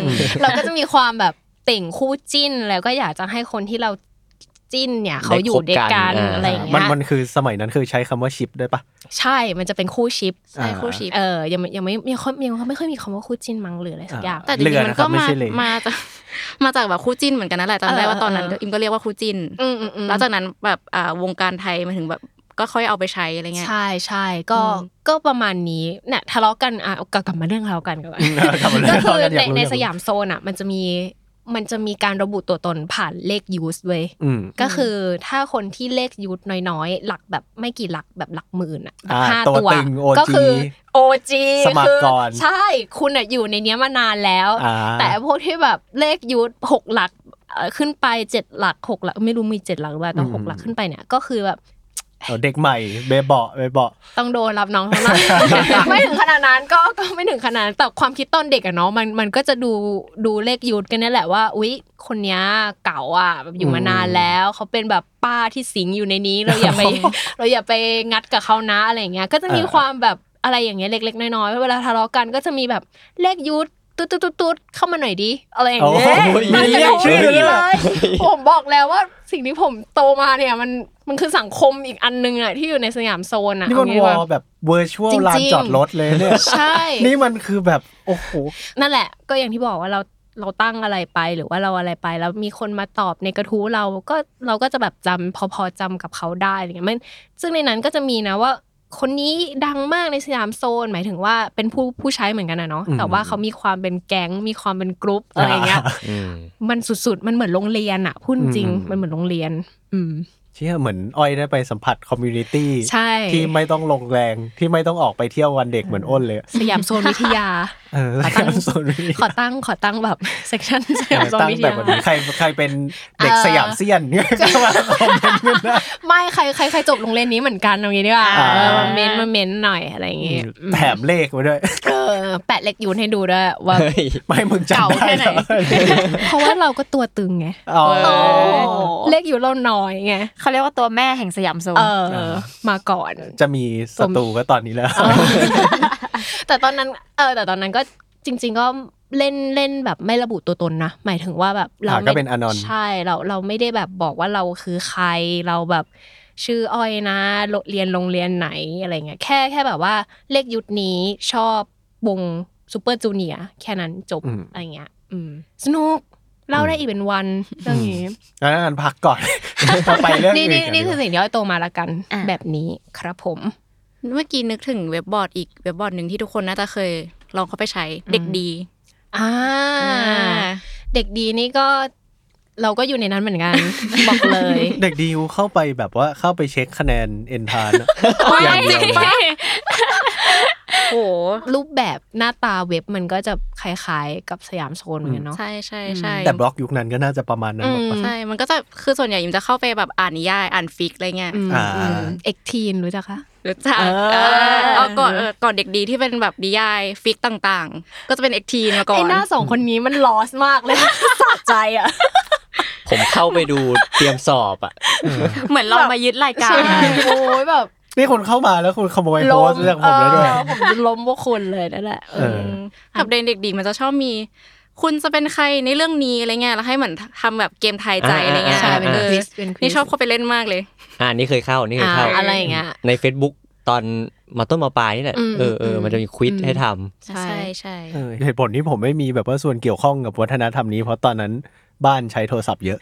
เราก็จะมีความแบบเต่งคู่จิ้นแล้วก็อยากจะให้คนที่เราจิ้นเนี่ยเขาอยู่ด้วยกัน
ได้คบกัน
อะไรอย่างเงี้ย
มันมันคือสมัยนั้นคือใช้คำว่าชิปด้วยปะ
ใช่มันจะเป็นคู่ชิป
ใช่คู่ชิป
เออ ยังไม่ยังไม่ยังค่อยยังไม่ค่อยมีคำว่าคู่จิ้นมั้งหรืออะไรสักอย่าง
แต่จ
เรื
ริ
อง
ๆมัน
นะครั
ก็
บไม่
มา
ใช่เลน
มาจาก มาจากแบบคู่จิ้นเหมือนกันนั่นแหละจำได้
เออ
ว่าตอนนั้น
เออ
อิมก็เรียกว่าคู่จิ้น
อืมอืมอืม
แล้วจากนั้นแบบอ่าวงการไทยมันถึงแบบก็ค่อยเอาไปใช้อะไรเงี้ย
ใช่ใช่ก็
อืม
ก็ประมาณนี้เนี่ยทะเลาะกันอ่ะกลับกลับมาเรื่องทะเลาะกันก่อน
อืม กลับมาเรื่อง
ก็คื
ทะเลาะกันอ
ใน
ยากรู้อยากรู้
ในสยามโซนอ่ะ มันจะมีมันจะมีการระบุตัวตนผ่านเลขยูสเว้ย
อืม
ก็คือถ้าคนที่เลขยูสน้อยๆ หลักแบบไม่กี่หลักแบบหลักหมื่นอ่ะแบบ
อ่า
ห้า
ตัว
ตัว
ตึง OG
ก็คือ OG
สมัคร
คือ
ก่อน
ใช่คุณอ่ะอยู่ในเนี้ยมานานแล้ว
อ่า
แต่พวกที่แบบเลขยุทธหกหลักเอ่อขึ้นไปเจ็ดหลักหกหลักไม่รู้มีเจ็ดหลักหรือเปล่าแต่
อืม
หกหลักขึ้นไปเนี่ยก็คือแบบ
เอาเด็กใหม่เบเบาะเบเบาะ
ต้องโดนรับน้องเท่านั้น ไม่ถึงขนาดนั้นก็ก็ไม่ถึงขนาดนั้นแต่ความคิดตอนเด็กอะเนาะมันมันก็จะดูดูเลขยุทธกันนี่แหละว่าอุ๊ยคนเนี้ยเก่าอ่ะแบบอยู่มา
อืม
นานแล้วเขาเป็นแบบป้าที่สิงอยู่ในนี้เราอย่าไป เราอย่าไปงัดกับเขานะอะไรอย่างเงี้ยก็จะมีความแบบอะไรอย่างเงี้ยเล็ก ๆ น้อยๆเวลาทะเลาะกันก็จะมีแบบเลขยุทธตุ๊ดตุ๊ดตุ๊ดๆๆๆเข้ามาหน่อยดิอะไรอย่าง
โอ้
เงี้ย
โหมีเรียกชื่อ
ไม่
เล
ได้
ย
เลย ผมบอกแล้วว่าสิ่งที่ผมโตมาเนี่ยมันมันคือสังคมอีกอันนึงอะที่อยู่ในสยามโซนอะ
นี่มัน
เอางี้
ว
ดีก
อ
ว่า
ลแบบเวอร์ชวล
จริงๆ
ลานจอดรถเลยเนี่ย
ใช่
นี่มันคือแบบ โอ้โห
นั่นแหละ ก็อย่างที่บอกว่าเราเราตั้งอะไรไปหรือว่าเราอะไรไป แล้วมีคนมาตอบในกระทู้เราก็เราก็จะแบบจำพอๆจำกับเขาได้อะไรเงี้ยมันซึ่งในนั้นก็จะมีนะว่า คนนี้ดังมากในสยามโซน หมายถึงว่าเป็นผู้ผู้ใช้เหมือนกันนะเนาะ
อืม
แต่ว่าเขามีความเป็นแก๊งมีความเป็นกรุ๊ปอะไรอย่างเงี้ย
อืม มัน
มันสุดๆ มันเหมือนโรงเรียนอะพูดจริง
อืม
ๆมันเหมือนโรงเรียน อืม
เชี่ยเหมือนอ้อยได้ไปสัมผัสคอมมูนิตี้
ใช่
ที่ไม่ต้องลงแรงที่ไม่ต้องออกไปเที่ยววันเด็กเหมือนอ้นเลยอะ
สยามโซนวิทยา
เออ
ขอตั้ง
ส่วนนี้
ขอตั้งขอตั้งแบบเซกชัน
เอย
สาม
อ
โซน
ตั้ง
วิท
แต่
ยา
วันนี้ใครใครเป็นเด็ก
เอ่อ
สยามเซียนก็มาคอมเมนต์กันได้
ไม่ใครใครใครจบโรงเรียนนี้เหมือนกันเอางี้ดีกว่า
อ่า
เออมาเม้นต์มาเม้นต์หน่อยอะไรอย่างงี้
แถมเลขมาด้วย
เออแปะเล็กยูนให้ดูด้วยว่า
เฮ้ย
ไม่มึงจำได้
เก่าแค่ไหน
เหรอ
เพราะว่าเราก็ตัวตึงไง
อ๋อ
โอ้
เลขอยู่เราน้อยไง
เขาเรียกว่าตัวแม่แห่งสยามโซน
เออ มาก่อน
จะมีศัตรูก็ตอนนี้แล้ว
แต่ตอนนั้น เออ แต่ตอนนั้นก็จริง ๆ ก็เล่นเล่นแบบไม่ระบุตัวตนนะ หมายถึงว่าแบบเรา
อ่าก็
ไม่
เป็นอ anon
ใช่เราเราไม่ได้แบบบอกว่าเราคือใครเราแบบชื่ออ้อยนะโรงเรียนโรงเรียนไหนอะไรเงี้ยแค่แค่แบบว่าเลขยุคนี้ชอบวงซูเปอร์จูเนียแค่นั้นจบ
อืม
อะไรเงี้ยอืมสนุกเล่าได้อีกเป็นวันเรื่องนี้
งั้นงั้นพักก่อน ไปเรื่อง
นี่
อื่นกั
นี่นี่
ดีก
คื
ว่า
อสิ่งที่อ้อยโตมาละกัน แบบนี้ครับผม
เมื่อกี้นึกถึงเว็บบอร์ดอีกเว็บบอร์ดหนึ่งที่ทุกคนน่าจะเคยลองเข้าไปใช้เด็กดี
อ่า เด็กดีนี่ก็เราก็อยู่ในนั้นเหมือนกัน บอกเลย
เด็กดีเข้าไปแบบว่าเข้าไปเช็คคะแนนเอนทานอะอย่างเดียวเลย
โอ้โห
รูปแบบหน้าตาเว็บมันก็จะคล้ายๆกับสยามโซนเหมือนกันเนาะ
ใช่ใช่ใช่
แต่บล็อกยุคนั้นก็น่าจะประมาณนั้นหมดปะ
อื
ใช่มันก็จะคือส่วนใหญ่ยิมจะเข้าไปแบบอ่านนิยายอ่านฟิกอะไรเงี้ย
อืม
อ่า
เอ็กทีนรู้จักคะ
หรือจะ
เออ
เออเอาก่อนเออก่อนเด็กดีที่เป็นแบบนิยายฟิกต่างๆ ก็จะเป็นเอกทีนมาก่อ
ไอน หน้าสองคนนี้มันลอสมากเลย สะใจอ่ะ
ผมเข้าไปดูเตรียมสอบอ่ะ
เหมือนเรามายึดรายการ
โอ้ยแบบ
นี่คนเข้ามาแล้วคุณขโมยโพสต์จากผมแล้วด้วย
เออผมจะล้มพวกคุณเลยนั่นแหละเออ
เออ
กับเด็กเด็กดีมันจะชอบมี คุณจะเป็นใครในเรื่องนี้อะไรเงี้ยแล้วให้เหมือนทำแบบเกมทายใจอะไรเงี้ย
ใช่เป็น
ออ
quiz เป็น
นี่
quiz
ชอบเข้าไปเล่นมากเลย
อ่านี่เคยเข้านี่เคย
อ่า
เข้า
อะไรอย่างเงี้ย
ใน Facebook ตอนมาต้นมาปลายนี่แหละ
อืม
เออเออ
ม
มันจะมีควิด
อืม
ให้ทำ
ใช่
ใช่ใช่
เออเหตุผลที่ผมไม่มีแบบว่าส่วนเกี่ยวข้องกับวัฒนธรรมนี้เพราะตอนนั้นบ้านใช้โทรศัพท์เยอะ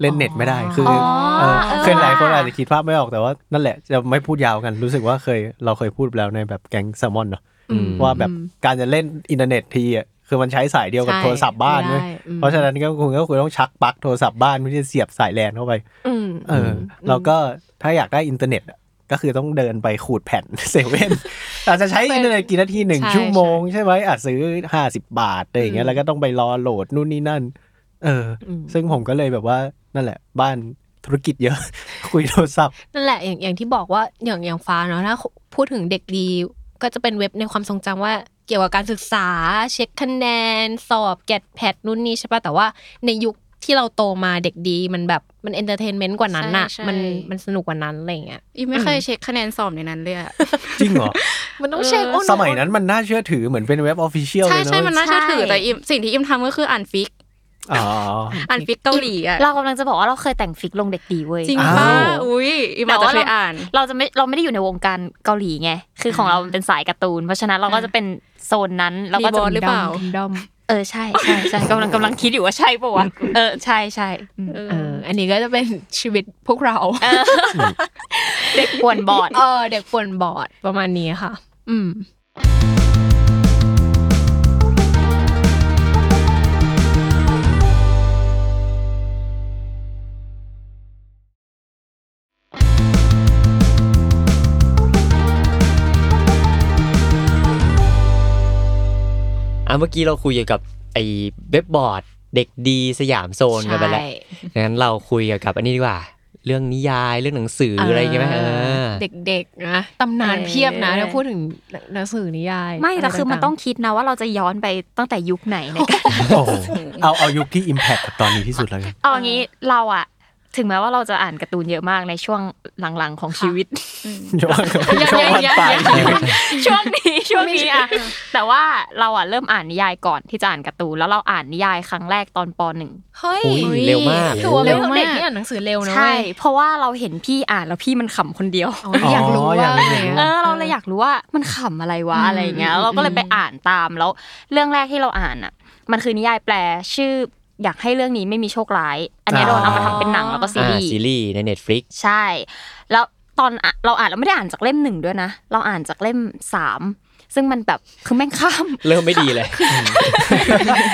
เล่นเน็ตไม่ได้คืออเออ
เออ
เคยหลายคนอาจจะคิดภาพไม่ออกแต่ว่านั่นแหละจะไม่พูดยาวกันรู้สึกว่าเคยเราเคยพูดไปแล้วในแบบแก๊งแซลมอนเนาะ
อืม
ว่าแบบการจะเล่นอินเทอร์เน็ตทีอ่ะคือมันใช้สายเดียวกับ
ใช่
โทรศัพท์บ้าน
ไม่
เว้ย
ได้อืม
เพราะฉะนั้นก็คุณก็คุณต้องชักปลั๊กโทรศัพท์บ้านไม่ใช่เสียบสายแลนเข้าไป
อืม
เอออแล้วก็ถ้าอยากได้อินเทอร์เน็ตอะก็คือต้องเดินไปขูดแผ่น เซเว่นอาจจะใช้อินเทอร์เน็ตกี่นาทีหนึ่ง
ใช่
ชั่วโมงใช่ไหมอาจซื้อห้าสิบบาทอะไรอย่างเงี้ยแล้วก็ต้องไปรอโหลดนู่นนี่นั่น เอออซึ่งผมก็เลยแบบว่านั่นแหละ บ้านธุรกิจเยอะ คุยโทรศัพท์
นั่นแหละอย่างอย่างที่บอกว่าอย่างอย่างฟ้าเนาะถ้าพูดถึงเด็กดี ก็จะเป็นเว็บในความทรงจำว่าเกี่ยวกับการศึกษา เช็คคะแนน สอบแกดแพดนู่นนี่ใช่ปะแต่ว่าในยุคที่เราโตมาเด็กดีมันแบบมันเอนเตอร์เทนเมนต์กว่านั้นน่ะมันมันสนุกกว่านั้นอะไรอย่างเงี้ย
อีไม่เคยเช็คคะแนนสอบในนั้นเลยอะ
จริงเหรอ
มันต้องเช็คโอ้โ
สมัยนั้นมันน่าเชื่อถือเหมือนเป็นเว็บออฟฟิเชียลเล
ใช่
ยเนอะ
ใช่มันน่าเชื่อถือแต่อิมสิ่งที่อิมทำก็คืออ่านฟิก
อ๋อ
อ่านฟิกเกาหลีอะ
เรากำลังจะบอกว่าเราเคยแต่งฟิกลงเด็กดีเว้ย
จริง
อ้าว
ป่ะอุ้ยอิมอาจจะเคยอ่าน
เราจะไม่เราไม่ได้อยู่ในวงการเกาหลีไง คือของเรามันเป็นสายการ์ตูน เพราะฉะนั้นเราก็จะเป็นโซนนั้นเราก็
รี
จะ
บอร์ดหรือเปล่า
ดอม
เออใช่ใช่ใช่กำลังกำลังคิดอยู่ว่าใช่ปะวะเออใช่ใช่อืม
เอ
เอ
อ
ออันนี้ก็จะเป็นชีวิตพวก เรา
เด็กกวนบอร์ด
เออเด็กปวนบอร์ดประมาณนี้ค่ะ อืม
อ่ะเมื่อกี้เราคุยเกี่ยวกับไอ้เว็บบอร์ด เด็กดีสยามโซนกันไปแล้วงั้นเราคุยเกี่ยวกับอันนี้ดีกว่า เรื่องนิยายเรื่องหนังสืออะไรอย่างเงี้ยไหมเออ
เด็กๆนะตำนานเพียบนะถ้าพูดถึงหนังสือนิยาย
ไม่แต่
ะร
คือมัน
ๆ
ต้องคิดนะว่าเราจะย้อนไปตั้งแต่ยุคไหนในการ
โอ้โหเอาเอายุคที่ Impact กับตอนนี้ที่สุดแล้วกัน
เอางี้เราอะถึงแม้ว่าเราจะอ่านการ์ตูนเยอะมากในช่วงหลังๆของชีวิต
ช่วง ช่วงวันตายชีวิต
ช่วงนี้ช่วงนี้อะแต่ว่าเราอะเริ่มอ่านนิยายก่อนที่จะอ่านการ์ตูนแล้วเราอ่านนิยายครั้งแรกตอนปหนึ่ง
เฮ้ย
อุ๊ยเร็วมาก
ถือว่า
เร็
เร็
ว
ว
มาก
เด็กนี่อ่านหนังสือเร็วนะ
ใช่ เพราะว่าเราเห็นพี่อ่านแล้วพี่มันขำคนเดียว
เว้ยอ๋ออยากรู้
อ๋ออ
ว่าย
ากรู้
อะไร
เอ
อะ
อเราเลยอยากรู้ว่ามันขำอะไรวะ
อืม
อะไรอย่างเงี้ยแล้วเราก็เลยไปอ่านตามแล้ว เรื่องแรกที่เราอ่านอ่ะ มันคือนิยายแปลชื่ออยากให้เรื่องนี้ไม่มีโชคร้าย อันเนี้ยโดนเอามาทำเป็นหนังแล้วก็ซี
อ่า
รีส์
ซีรีส์ใน Netflix
ใช่ แล้ว ตอนอ่ะเราอ่านเราไม่ได้อ่านจากเล่มหนึ่งด้วยนะ เราอ่านจากเล่มสามซึ่งมันแบบคือแม่งข้าม
เริ่มไม่ดีเลย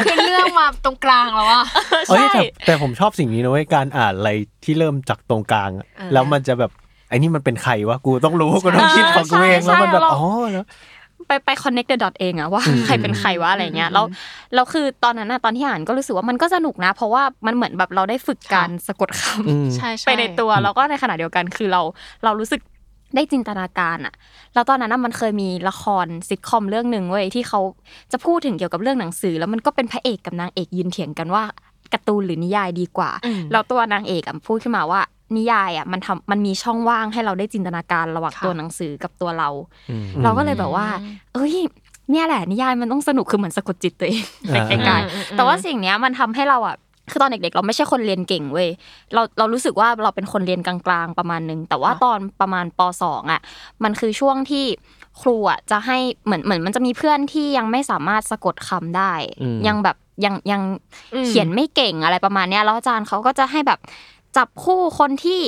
คือเรื่องมาตรงกลางแล้วอะ
เอ้ยแต่แต่ผมชอบสิ่งนี้นะเว้ยการอ่านอะไรที่เริ่มจากตรงกลางอะ
เออ
แล้วมันจะแบบไอ้นี่มันเป็นใครวะกูต้องรู้กูต้องคิดของกูเอง
ใช่
แล้วมันแบบ
ใช่
อ๋อแล้ว
ไปไป connect the dot เองอะว่าใครเป็นใครวะอะไรเงี้ยแล้วเราคือตอนนั้นอะตอนที่อ่านก็รู้สึกว่ามันก็สนุกนะ เพราะว่ามันเหมือนแบบเราได้ฝึกการสะกดคำ
ใช่ใช่
ไปในตัวแล้วก็ในขณะเดียวกันคือเราเรารู้สึกได้จินตนาการอะแล้วตอนนั้นน่ะมันเคยมีละครซิทคอมเรื่องหนึ่งเว้ยที่เขาจะพูดถึงเกี่ยวกับเรื่องหนังสือ แล้วมันก็เป็นพระเอกกับนางเอกยืนเถียงกันว่าการ์ตูนหรือนิยายดีกว่า
อืม
แล้วตัวนางเอกอะพูดขึ้นมาว่านิยายอะมันทำมันมีช่องว่างให้เราได้จินตนาการระหว่าง
ค่ะ
ตัวหนังสือกับตัวเรา
อืม
เราก็เลยแบบว่า
อืม
เอ้ยเนี่ยแหละนิยายมันต้องสนุกคือเหมือนสะกดจิตตัวเอง
อ่า
ไปไกล
อืมอืมอืม
ๆแต่ว่าสิ่งเนี้ยมันทำให้เราอ่ะคือตอนเด็กๆ เราไม่ใช่คนเรียนเก่งเว้ยเราเรารู้สึกว่าเราเป็นคนเรียนกลางๆประมาณนึงแต่ว่าตอนประมาณปสองอ่ะมันคือช่วงที่ครูอ่ะจะให้เหมือนเหมือนมันจะมีเพื่อนที่ยังไม่สามารถสะกดคำได้
อืม
ยังแบบยังยัง
อืม
เขียนไม่เก่งอะไรประมาณเนี้ยแล้วอาจารย์เขาก็จะให้แบบจับคู่คนที่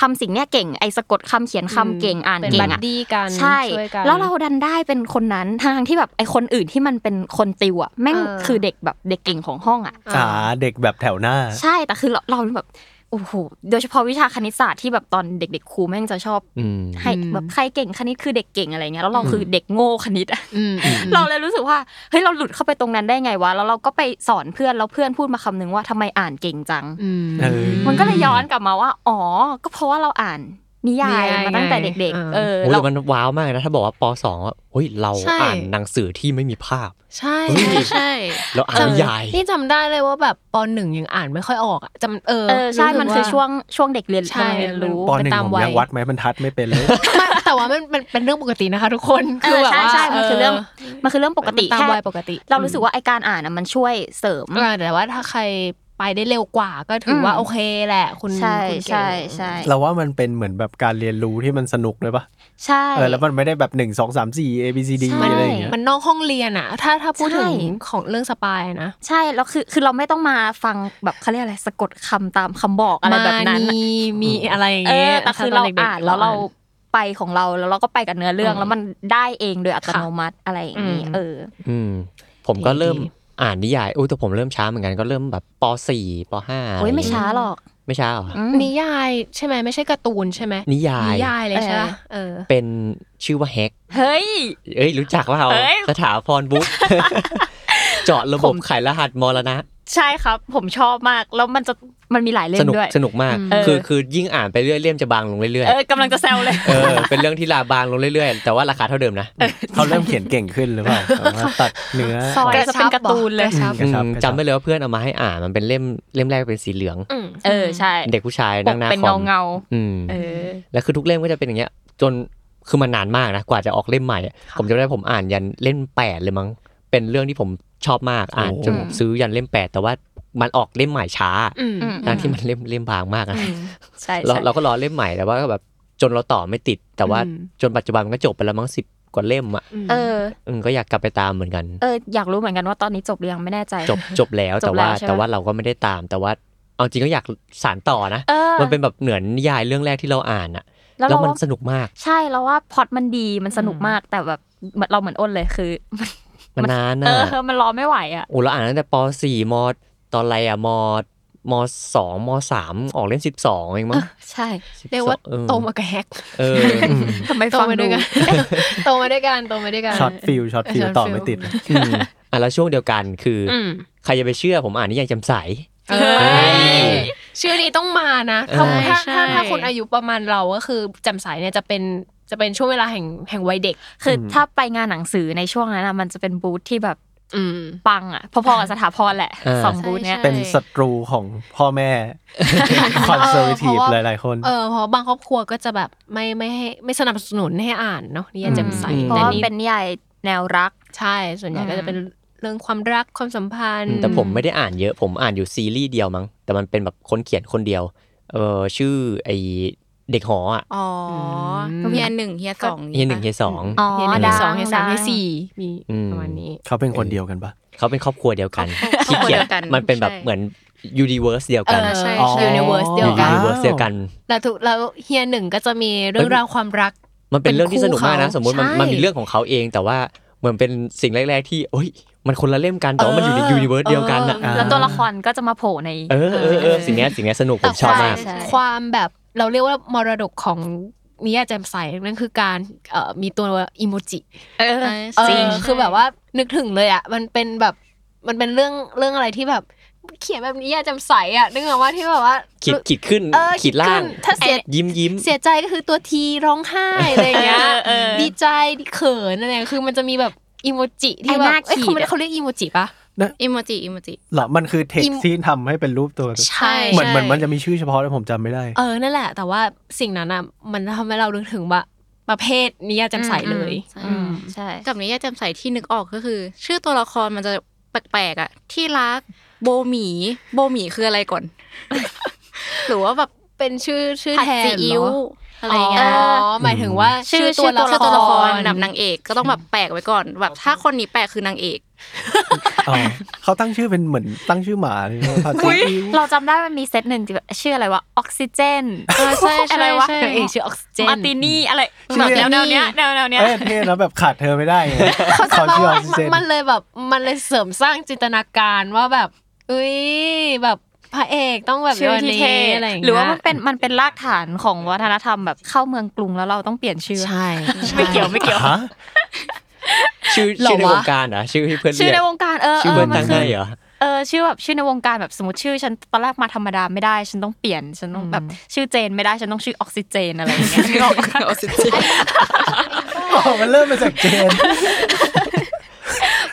ทำสิ่งเนี้ยเก่งไอ้สะกดคำเขียนคำเก่งอ่าน
เป็น
เก่
บั
ง
ด
อ่ะ
ดี้กัน
ใช่
วยกัน
แล้วเราดันได้เป็นคนนั้น ทางที่แบบไอคนอื่นที่มันเป็นคนติวอะแม่ง
เออ
คือเด็กแบบเด็กเก่งของห้องอะ
จ๋าเด็กแบบแถวหน้า
ใช่แต่คือเราเราแบบโอ้โหโดยเฉพาะวิชาคณิตศาสตร์ที่แบบตอนเด็ก ๆครูแม่งจะชอบ
อืม
ให้แบบใครเก่งคณิตคือเด็กเก่งอะไรเงี้ยแล้วเราคือเด็กโง่คณิตอะ
อืมอืม
เราเลยรู้สึกว่าเฮ้ยเราหลุดเข้าไปตรงนั้นได้ไงวะแล้วเราก็ไปสอนเพื่อนแล้วเพื่อนพูดมาคำนึงว่าทำไมอ่านเก่งจัง
อืม
เออ
มันก็เลยย้อนกลับมาว่าอ๋อก็เพราะว่าเราอ่านนิยาย
นิยาย
มาตั้งแต่
ไง
เด็ก
เออ
ๆ เออ
โอ้ย
เรา
แต่มันว้าวมากนะถ้าบอกว่าปสองว่าเฮ้ยเรา
ใช่
อ่านหนังสือที่ไม่มีภาพ
ใช่
เฮ้ย
ใช่ใช่
ใช่
เราอ่านนิยาย
จำนี่จำได้เลยว่าแบบปหนึ่งยังอ่านไม่ค่อยออกอะจำเออ
เออใช่
รู้สึก
มันคือ
ว่า
ช่วงช่วงเด็กเรียน
ใช่
เรียนรู้
ปอนหนึ่ง
ไปตาม
ผม
วัย
ยังวัดไม้บรรทัดไม่เป็นเลย
ไม่ แต่ว่ามันมันเป็นเรื่องปกตินะคะทุกคน
เอ
คือ
อ
แบบว่า
ใช่ใช่มันคือเรื่อง มันคือเรื่องปกติ
มันตาม
แค่
วัยปกติ
เรารู้สึกว่าไอการอ่านอะมันช่วยเสริม
อ่าแต่ว่าถ้าใครไปได้เร็วกว่าก็ถือว่า
อืม
โอเคแหละ คุณ
ใช่
คุณเก่ง
ใช่ใช่
เราว่ามันเป็นเหมือนแบบการเรียนรู้ที่มันสนุกเลยปะ
ใช่
เออแล้วมันไม่ได้แบบหนึ่งสองสามสี่ A B C D
ใช่
อะไรอย่างเงี้ย
มันนอกห้องเรียนอะถ้าถ้าพูดถึงของเรื่องสปายนะ
ใช่แล้วคือคือเราไม่ต้องมาฟังแบบเขาเรียกอะไรสะกดคำตามคำบอกอะไรแบบนั้น
มานีมีอะไรอย่าง
เอ
เงี้
อย แต่คือ
ต
เรา
ด็กๆ
อ่านแล้วเราไปของเราแล้วเราก็ไปกับเนื้อเรื่อง
อืม
แล้วมันได้เองโดยอัตโนมัติอะไรอย่างนี้
อืม
เออ
อืม ผมก็
ดี
เริ่ม
ดี
อ่านนิยายอุ้ยแต่ผมเริ่มช้าเหมือนกันก็เริ่มแบบปสี่ปห้า
โอ้ยไม่ช้าหรอก
ไม่ช้าเหรออ
อืม
นิยายใช่ไหมไม่ใช่การ์ตูนใช่ไหม
นิยาย
นิยายเลยใช่ปะเออ
เป็นชื่อว่าแฮก
เฮ้ย
เอ้ยรู้จักว่าเอา
เอ้ย
สถาพรบุ๊ก เจาะระบบไขรหัสมรณะ
ใช่ครับ ผมชอบมากแล้วมันจะมันมีหลายเล่
ส
ม
นุก
ด้วย
สนุกมาก
เออ
คือคือยิ่งอ่านไปเรื่อยเล่มจะบางลงเรื่อย
เออกำลังจะแซวเลย
ๆเออเป็นเรื่องที่ลาบางลงเรื่อยๆ แต่ว่าราคาเท่าเดิมนะ
เขาเริ่มเขียนเก่งขึ้นหรือเปล่าแบบว่าตัดเนื้อ
ซอย
ก
จะเป็นการ์ตูนเล
ก
ย
ระชับ
กระชับ
อืม
กระชับ
จำได้เลยว่าเพื่อนเอามาให้อ่านมันเป็นเล่มเล่มแรกเป็นสีเหลือง
เออใช่
เด็กผู้ชายนั่งหน้า
เป็น
ค
เงา
อม
เงา
อืม
ๆเออ
แล้วคือทุกเล่มก็จะเป็นอย่างเงี้ย จนคือมันนานมากนะกว่าจะออกเล่มใหม่อะผมจำได้ผมอ่านยันเล่มแปดเลยมั้งเป็นเรื่องที่ผมชอบมากอ่านจนผมซื้อยันเล่มแปดแต่ว่ามันออกเล่มใหม่ช้า
อืม
ม
ทั้งที่มันเล่มเล่มบางมากนะ
ใช่
เรา
ใช่
เราก็รอเล่มใหม่แต่ว่าก็แบบจนเราต่อไม่ติด แต่ว่า
อืม
จนปัจจุบันมันก็จบไปแล้วมั้งสิบกว่าเล่มอ่ะ
เออ
อืมก็อยากกลับไปตามเหมือนกัน
เออ อยากรู้เหมือนกันว่าตอนนี้จบหรือยังไม่แน่ใจ
จบจบแล้ว
จ
แต่
บแล้ว
ว่า
ใช่ปะ
แต่ว่าเราก็ไม่ได้ตาม แต่ว่าเอาจริงก็อยากสานต่อนะ
เออ
มันเป็นแบบเหมือนนิยายเรื่องแรกที่เราอ่านอ่ะ
แล้ว
แล้ว
เรา
มัน
ว่า
สนุกมาก
ใช่เราว่าพล็อตมันดีมันสนุก
อืม
มากแต่แบบเหมือนเราเหมือนอ้นเลยคือมัน
มันนาน
เอ
อ่ะ
อมันรอไม่ไหวอ่ะ
โอ้เราอ่านตั้งแต่ป .4 ม ตอนไรอะมมสองมสามออกเล่มสิบสองเองมั้ง
ใช่
12
เรียกว่า
ออ
โตมากับแฮก
เออ
ทำไม
โต
ฟัง
มาด้
ดู
วยกัน โตมาด้วยกันโตมาด้วยกัน
ช็อตฟิลช็อตฟิล
เ short
ต่อ
feel
ไม่ติดเลย
อืมอ่ะแล้วช่วงเดียวกันคืออ
อืม
ใครจะไปเชื่อผมอ่านนิยายจำใส
เออชื่อนี้ต้องมานะถ้า
ใช่
ถ้า
ใช่
ถ้าถ้าคนอายุประมาณเราก็คือจำสายเนี่ยจะเป็นจะเป็นช่วงเวลาแห่งแห่งวัยเด็ก
คือถ้าไปงานหนังสือในช่วงนั้นอะมันจะเป็นบูธที่แบบ
อืม
ปังอ่ะพอๆกับสถาพรแหละ
อ่า
สองบูธเนี้ย
ใช่
เป็นศัตรูของพ่อแม่ คอนเซอร์วทีฟ
เพราะว่า
หลายๆคน
เออเพราะบางครอบครัวก็จะแบบไม่ไม่ให้ไม่สนับสนุนให้อ่านเนาะนิยายแจำใส
อืม
เพ
แต่
ราะว่า
นี่
เป็นนิยายแนวรัก
ใช่ส่วนใหญ่ก็จะเป็นเรื่องความรักความสัมพันธ์
แต่ผมไม่ได้อ่านเยอะผมอ่านอยู่ซีรีส์เดียวมั้งแต่มันเป็นแบบคนเขียนคนเดียวเออชื่อไอเด็กหออ่ะ
อ๋ออ
ม
เฮียหนึ่งเฮียสอง
เฮียหนึ่งเฮียสอง
อ๋อ
เฮียหนึ่งเฮี
ดั
ย
ง
สองเฮียสาม
ดัง
เฮียสี่มี
อืม
ประมาณนี้
เขาเป็นคนเดียวกันปะ
เขาเป็นครอบครัวเดียวกัน
ครอบครัวเดียวกัน
มันเป็นแบบ
ใช่
เหมือน ยูนิเวอร์สเดียวกัน
เออใช่ใช่
ยูนิเวอร์สเดียวกัน
นิเวอร์สเดียวกัน
แล้วทุกแล้วเฮียหนึ่งก็จะมีเรื่องราวความรัก
มันเป็นเรื่องที่สนุกมากนะ
เป็นคู่เขา
สมมติมัน
ใช่
มันมีเรื่องของเขาเองแต่ว่าเหมือนเป็นสิ่งแรก ๆ ที่โอ้ย มันคนละเล่มกันแต่ว่ามันอยู่ใน
เออ
ยูนิเวอร์สเดียวกันอ่ะ
เออ
แล้วตัวละครก็จะมาโผล่ใน
เออเออเออสิ่งเนี้ยสิ่งเนี้ยสนุกผ
แต่
ม
ค
ชอบ
วาม
มาก
ใช่
ความแบบเราเรียกว่ามรดกของนิยายแจ่มใสนั่นคือการเอ่อมีตัวอิโมจิ
เออ
เออ
จริง
คือแบบว่านึกถึงเลยอ่ะ มันเป็นแบบมันเป็นเรื่องเรื่องอะไรที่แบบ เขียนแบบนี้อยากจำใสอ่ะนึกออกว่าที่แบบว่า
ขีดขีดขึ้น
เออ
ขีดล่าง
ขึ้นถ้าเสีย
ยิ้มยิ้ม
เสียใจก็คือตัวทีร้องไห้อะไรอย่างเงี้ย
เออเออ
ดีใจเขินอะไรอย่างเงี้ยคือมันจะมีแบบอิโมจิที่
ไอ้
แบ
ห
บ
น้า
เอ้ย
ขี
เขา
ดอะ
เขาเรียกอิโมจิปะ
อิโมจิอิโมจิ
หรอมันคือเทค
อิม
ที่ทำให้เป็นรูปตัว
ใช่
เหมือน
ใช่
เหมือนมันจะมีชื่อเฉพาะแต่ผมจำไม่ได้
เออนั่นแหละ แต่ว่าสิ่งนั้นอ่ะมันทำให้เรานึกถึงว่าประเภทนิยายแจำใสเลย
อืม
อืม
ใช่
กับนิยายแจ่มใสที่นึกออกก็คือ ชื่อตัวละครมันจะแปลกๆอ่ะ ที่รักโบหมี โบหมีคืออะไรก่อน หรือว่าแบบเป็นชื่อชื่อ
ผัด
แทน
ซีอิ๊
อิ๊
ว
วอะไรเงี้ย
อ๋อหมายถึงว่า
ชื่อ
ตัวละ
ชื่อตัวละ
ค
ค
ร
รนำนางเอกก็ต้องแบบแปลกไว้ก่อนแบบถ้าคนนี้แปลกคือนางเอก
อ๋อเขาตั้งชื่อเป็นเหมือนตั้งชื่อหมาเลยว่าผัดซีอิ๊ว
เราจำได้มันมีเซตหนึ่งที่แบบชื่ออะไรวะออกซิเจน
เออใช่ใช่
อะไรวะ
ใช่
นางเอกชื่อออกซิเจน
มาร์ตินี่อะไรแบบแนวแนวๆเนี้ยแนวแนวๆเนี้ย
เอ้ยเท่นะแบบขาดเธอไม่ได้ไงเขาชื่อออกซิเจน
มันเลยแบบมันเลยเสริมสร้างจินตนาการว่าแบบอุ้ยแบบพระเอกต้องแบบ
ชื่อที่
นี้
เท่
อะไรอย่าง
ห
เงี้ย
รือว่ามันเป็นมันเป็นรากฐานของวัฒนธรรมแบบเข้าเมืองกรุงแล้วเราต้องเปลี่ยนชื่อ
ใช่
ไม่เกี่ยวไม่เกี่ยว
ฮะ
ชื่อชื่อในวงการเหรอ่ะชื่อที่เพื่อน
ชื่อ
เรีย
ใน
ก
วงการเออ
ชื่อ
เอ
เพื่อ
อน มั
ตั้
น
ง
คื
ให้
อ
เหรอ
เออชื่อแบบชื่อในวงการแบบสมมติชื่อฉันตอนแรกมาธรรมดาไม่ได้ฉันต้องเปลี่ยนฉันต้องแบบชื่อเจนไม่ได้ฉันต้องชื่อออกซิเจนอะไร อย่างเงี้ยนึกออกปะ
อ๋อมันเริ่มมาจากเจน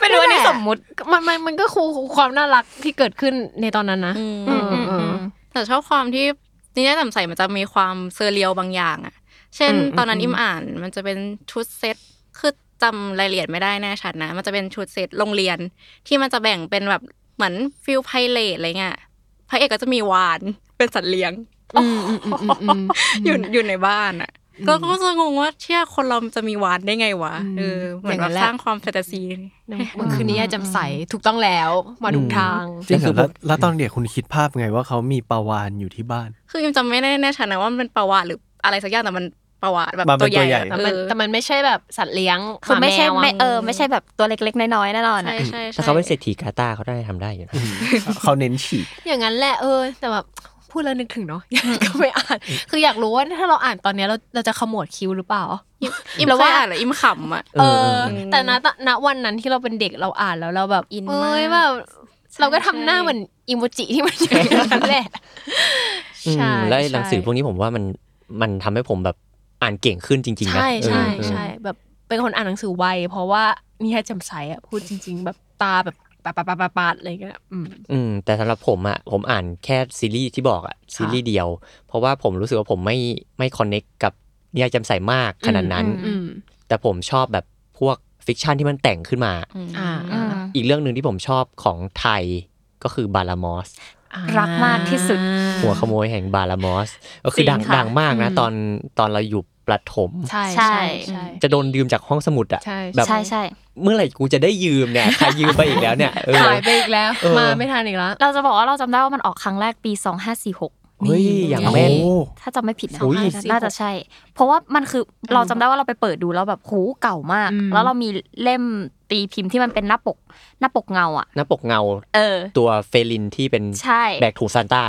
ไม่รู้อันนี้สมมุติ
มันมันมันก็คูความน่ารักที่เกิดขึ้นในตอนนั้นนะ
อืม
อืมอืม
แต่ชอบความที่นิยายแจ่มใสมันจะมีความเซอร์เรียลบางอย่างอะเช่น
อืมอืม
ตอนนั้น
อืม
อิมอ่านมันจะเป็นชุดเซตคือจำรายละเอียดไม่ได้แน่ชัดนะ มันจะเป็นชุดเซตโรงเรียน ที่มันจะแบ่งเป็นแบบเหมือนฟิลไพเรตอะไรเงี้ยพระเอกก็จะมีวานเป็นสัตว์เลี้ยง
อืมอืมอืมอืมอืม
อยู่อยู่ในบ้านอะก็ก็จะงงว่าเชื่อคนเรามันจะมีวานได้ไงวะ
อืม
เออเหมือน
อย่างนั้
แบบ
นแหละ
สร้างความแฟนตาซี
มันคือนิยายจำใสถูกต้องแล้วมาถูกทาง
จริงเหรอ
แต่คือ
แล้วแล้วตอนเด็กคุณคิดภาพไงว่าเขามีปลาวานอยู่ที่บ้าน
คืออิมจำไม่ได้แน่ชัดนะว่ามันเป็นประวัติหรืออะไรสักอย่างแต่มันประวัติแบบ
มันเป็น
ตัวให
ตัวใหญ่
ญ่
แต่มัน
เออ
แต่มันไม่ใช่แบบสัตว์เลี้ยง
คือไม่ใช่
หาแวะ
ไม่เออไม่ใช่แบบตัวเล็กๆ น้อยๆแน่นอนอะ
ใช่ใช่ใช่
ถ้าเขาเป็นเศรษฐีกาตาร์เขาได้ทำได้อยู่นะ
เขาเน้นฉีก
อย่างนั้นแหละเออ แต่แบบพูดแล้วนึกถึงเนาะ ก็ไม่อ่านคืออยากรู้ว่าถ้าเราอ่านตอนเนี้ยเราเราจะขมวดคิ้วหรือเปล่า
อิมอิม
แล้ว
เค
ว่า
ยอ่านแล้วอิมขำอ่ะ
เอ
เออ
อ
เออ
แต่ณตณวันนั้นที่เราเป็นเด็กเราอ่านแล้วเราแบบ
อินมาก
เอ้ยแบบ
ใช่
เราก็ทำหน้า
ใช่
เหมือนอิโมจิที่มันอยู่ในนั้นแหละ
อืม
ใช่
และหนังสือพวก
ใช่
นี้ผมว่ามันมันทำให้ผมแบบอ่านเก่งขึ้นจริงๆนะ
ใช่ใช่
เออ
ใช่แบบเป็นคนอ่านหนังสือไวเพราะว่านี่แค่จำใสอ่ะพูดจริง ๆ แบบตาแบบปาดปาดปาดปาดปาดอะไรอย่างเงี้ยอืม
อืมแต่สำหรับผมอะผมอ่านแค่ซีรีส์ที่บอกอะซีรีส์เดียว เพราะว่าผมรู้สึกว่าผมไม่ไม่คอนเน็กกับนิยายจำใสมากขนาดนั้น
อืม
แต่ผมชอบแบบพวกฟิกชันที่มันแต่งขึ้นมา
อ่า
อืม
อีกเรื่องหนึ่งที่ผมชอบของไทยก็คือบาลามอส
รักมากที่สุด
หัวขโมยแห่งบาลามอส ก็คือ
จริง
ดัง
ค่ะ
ดังมากนะ
อืม
ตอนตอนเราอยู่ประถม
ใช่
ใช่
ใช่ใช่
จะโดนยืมจากห้องสมุดอะ
ใช่
แบบ
ใช่ใช่
เมื่อไหร่กูจะได้ยืมเนี่ยใครยืมไปอีกแล้วเนี่ยเออ
หายไปอีกแล้ว
เออ
มาไม่ทันอีกแล้ว
เราจะบอกว่าเราจำได้ว่ามันออกครั้งแรกปี 2546
เฮ้ยอย่างแม่น
โอ้
ถ้าจำไม่ผิดนะ
อุ๊ย
น่าจะใช่ เพราะว่ามันคือเราจำได้ว่าเราไปเปิดดูแล้วแบบหูเก่ามาก
อืม
แล้วเรามีเล่มตีพิมพ์ที่มันเป็นหน้าปกหน้าปกเงาอ่ะ
หน้าปกเงา
เออ
ตัวเฟลินที่เป็น
ใช่
แบกถุงซานต้า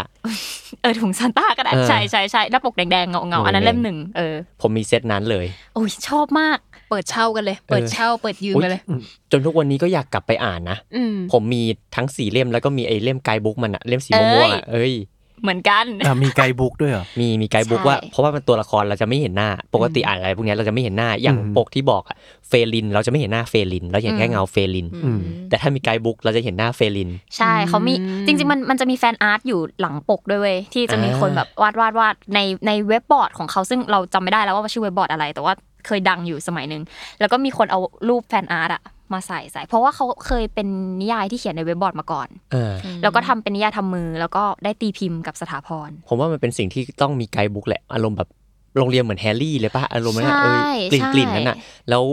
เออถุงซานต้าก็ได้
เออ
ใช่ใช่ใช่หน้าปกแดงๆเงา
โอ้
เงาย อันนั้นเล่มหนึ่งเออ
ผมมีเซตนั้นเลย
โอ้ยชอบมาก
เปิดเช่ากันเลย เปิดเช่า เปิดยืม
อุ๊ย
กันเลย
จนทุกวันนี้ก็อยากกลับไปอ่านนะ
อืม
ผมมีทั้งสี่เล่มแล้วก็มีไอ้เล่มไกด์บุ๊กมันอะเล่มสีม่วงๆอะเอ้ย
เหมือนกัน
อ่ะมีไกด์บุ๊กด้วยเหรอ
มีมีไกด์บุ๊ก
ใช่
ว่าเพราะว่ามันตัวละครเราจะไม่เห็นหน้า ปกติอ่านอะไรพวกเนี้ยเราจะไม่เห็นหน้าอย่าง
อืม
ปกที่บอกอะเฟลิน เราจะไม่เห็นหน้าเฟลิน เราเห็นแค่เงาเฟลิน
อืม
แต่ถ้ามีไกด์บุ๊กเราจะเห็นหน้าเฟลิน
ใช่เขามี
อืม
จริงๆมันมันจะมีแฟนอาร์ตอยู่หลังปกด้วยเว้ยที่จะมีคน
อ่า
แบบวาดวาดวาดในในเว็บบอร์ดของเขาซึ่งเราจำไม่ได้แล้วว่าชื่อเว็บบอร์ดอะไร แต่ว่าเคยดังอยู่สมัยหนึ่งแล้วก็มีคนเอารูปแฟนอาร์ตอะมาใส่ใส่ เพราะว่าเขาเคยเป็นนิยายที่เขียนในเว็บบอร์ดมาก่อน
เอออ
แล้วก็ทำเป็นนิยายทำมือแล้วก็ได้ตีพิมพ์กับสถาพร
ผมว่ามันเป็นสิ่งที่ต้องมีไกด์บุ๊กแหละอารมณ์แบบโรงเรียนเหมือนแฮร์รี่เลยป่ะอารมณ์นั้นอะเอ้ย
ใช่
กลิ่น
ใช่
กลิ่นนั้นอะแล้ว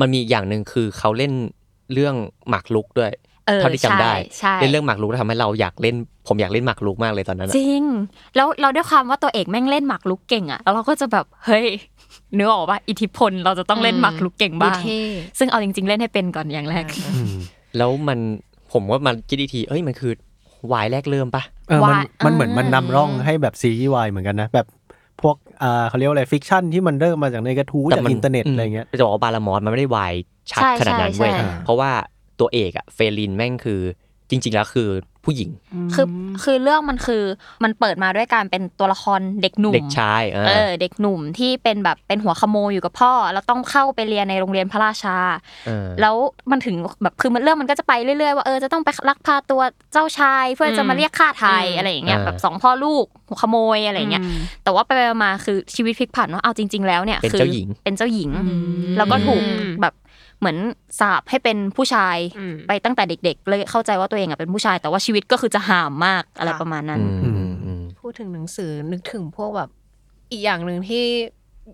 มันมีอีกอย่างหนึ่งคือเขาเล่นเรื่องหมากลุกด้วย
เออ
เท่าที่จำได้
ใช่
เล่น
ใช่
เรื่องหมากรุกแล้วทำให้เราอยากเล่น ผมอยากเล่นหมากรุกมากเลยตอนนั้นอะ
จริง แล้วเราด้วยความว่าตัวเอกแม่งเล่นหมากรุกเก่งอะแล้วเราก็จะแบบ เฮ้ย นึกออกว่าอิทธิพลเราจะต้องเล่นหมากรุกเก่งบ้าง
ดูเท่
ซึ่งเอาจริง ๆ เล่นให้เป็นก่อนอย่างแรก
แล้วมันผมว่ามันคิดอีกทีเอ้ยมันคือวายแรกเริ่มปะ
เออมัน
ว่า
มันเหมือนมันนำ
อ่า
ร่องให้แบบซีรีส์วายเหมือนกันนะ แบบพวกอ่าเขาเรียกว่าอะไรฟิกชันที่มันเริ่มมาจากในกระทู้จากอินเทอร์เน็ตอะไรเงี้ย
จะบอกว่าบาลามอสมันไม่ได้วายชัด
ใช่
ขนาดนั้นเว้ย
ใช่ใช่
เพราะว่าตัวเอกอะเฟรลินแม่งคือจริง ๆ แล้วคือผู้หญิง
คือคือเรื่องมันคือมันเปิดมาด้วยการเป็นตัวละครเด็กหนุ่ม
เด็กชายเออ
เออเด็กหนุ่มที่เป็นแบบเป็นหัวขโมยอยู่กับพ่อ แล้วต้องเข้าไปเรียนในโรงเรียนพระราชา
เออ
แล้วมันถึงแบบคือมันเรื่องมันก็จะไปเรื่อยๆว่าเออจะต้องไปลักพาตัวเจ้าชาย เพื่อจะมาเรียกค่าไทย
อืม
อะไรอย่างเงี้ย
อ่า
แบบสองพ่อลูกหัวขโมยอะไรอย่างเงี้ย แต่ว่าไปๆมาๆคือชีวิตพลิกผันว่าเอาจริง ๆ แล้วเนี่ย
เป็น
คือ
เจ้าหญิง
เป็นเจ้าหญิง
อืม
แล้วก็ถูกแบบเหมือนสาบให้เป็นผู้ชาย
อืม
ไปตั้งแต่เด็ก ๆ เลยเข้าใจว่าตัวเองอะเป็นผู้ชาย แต่ว่าชีวิตก็คือจะห่ามมากอะไรประมาณนั้น
อืมอืมอืม
พูดถึงหนังสือนึกถึงพวกแบบอีกอย่างหนึ่งที่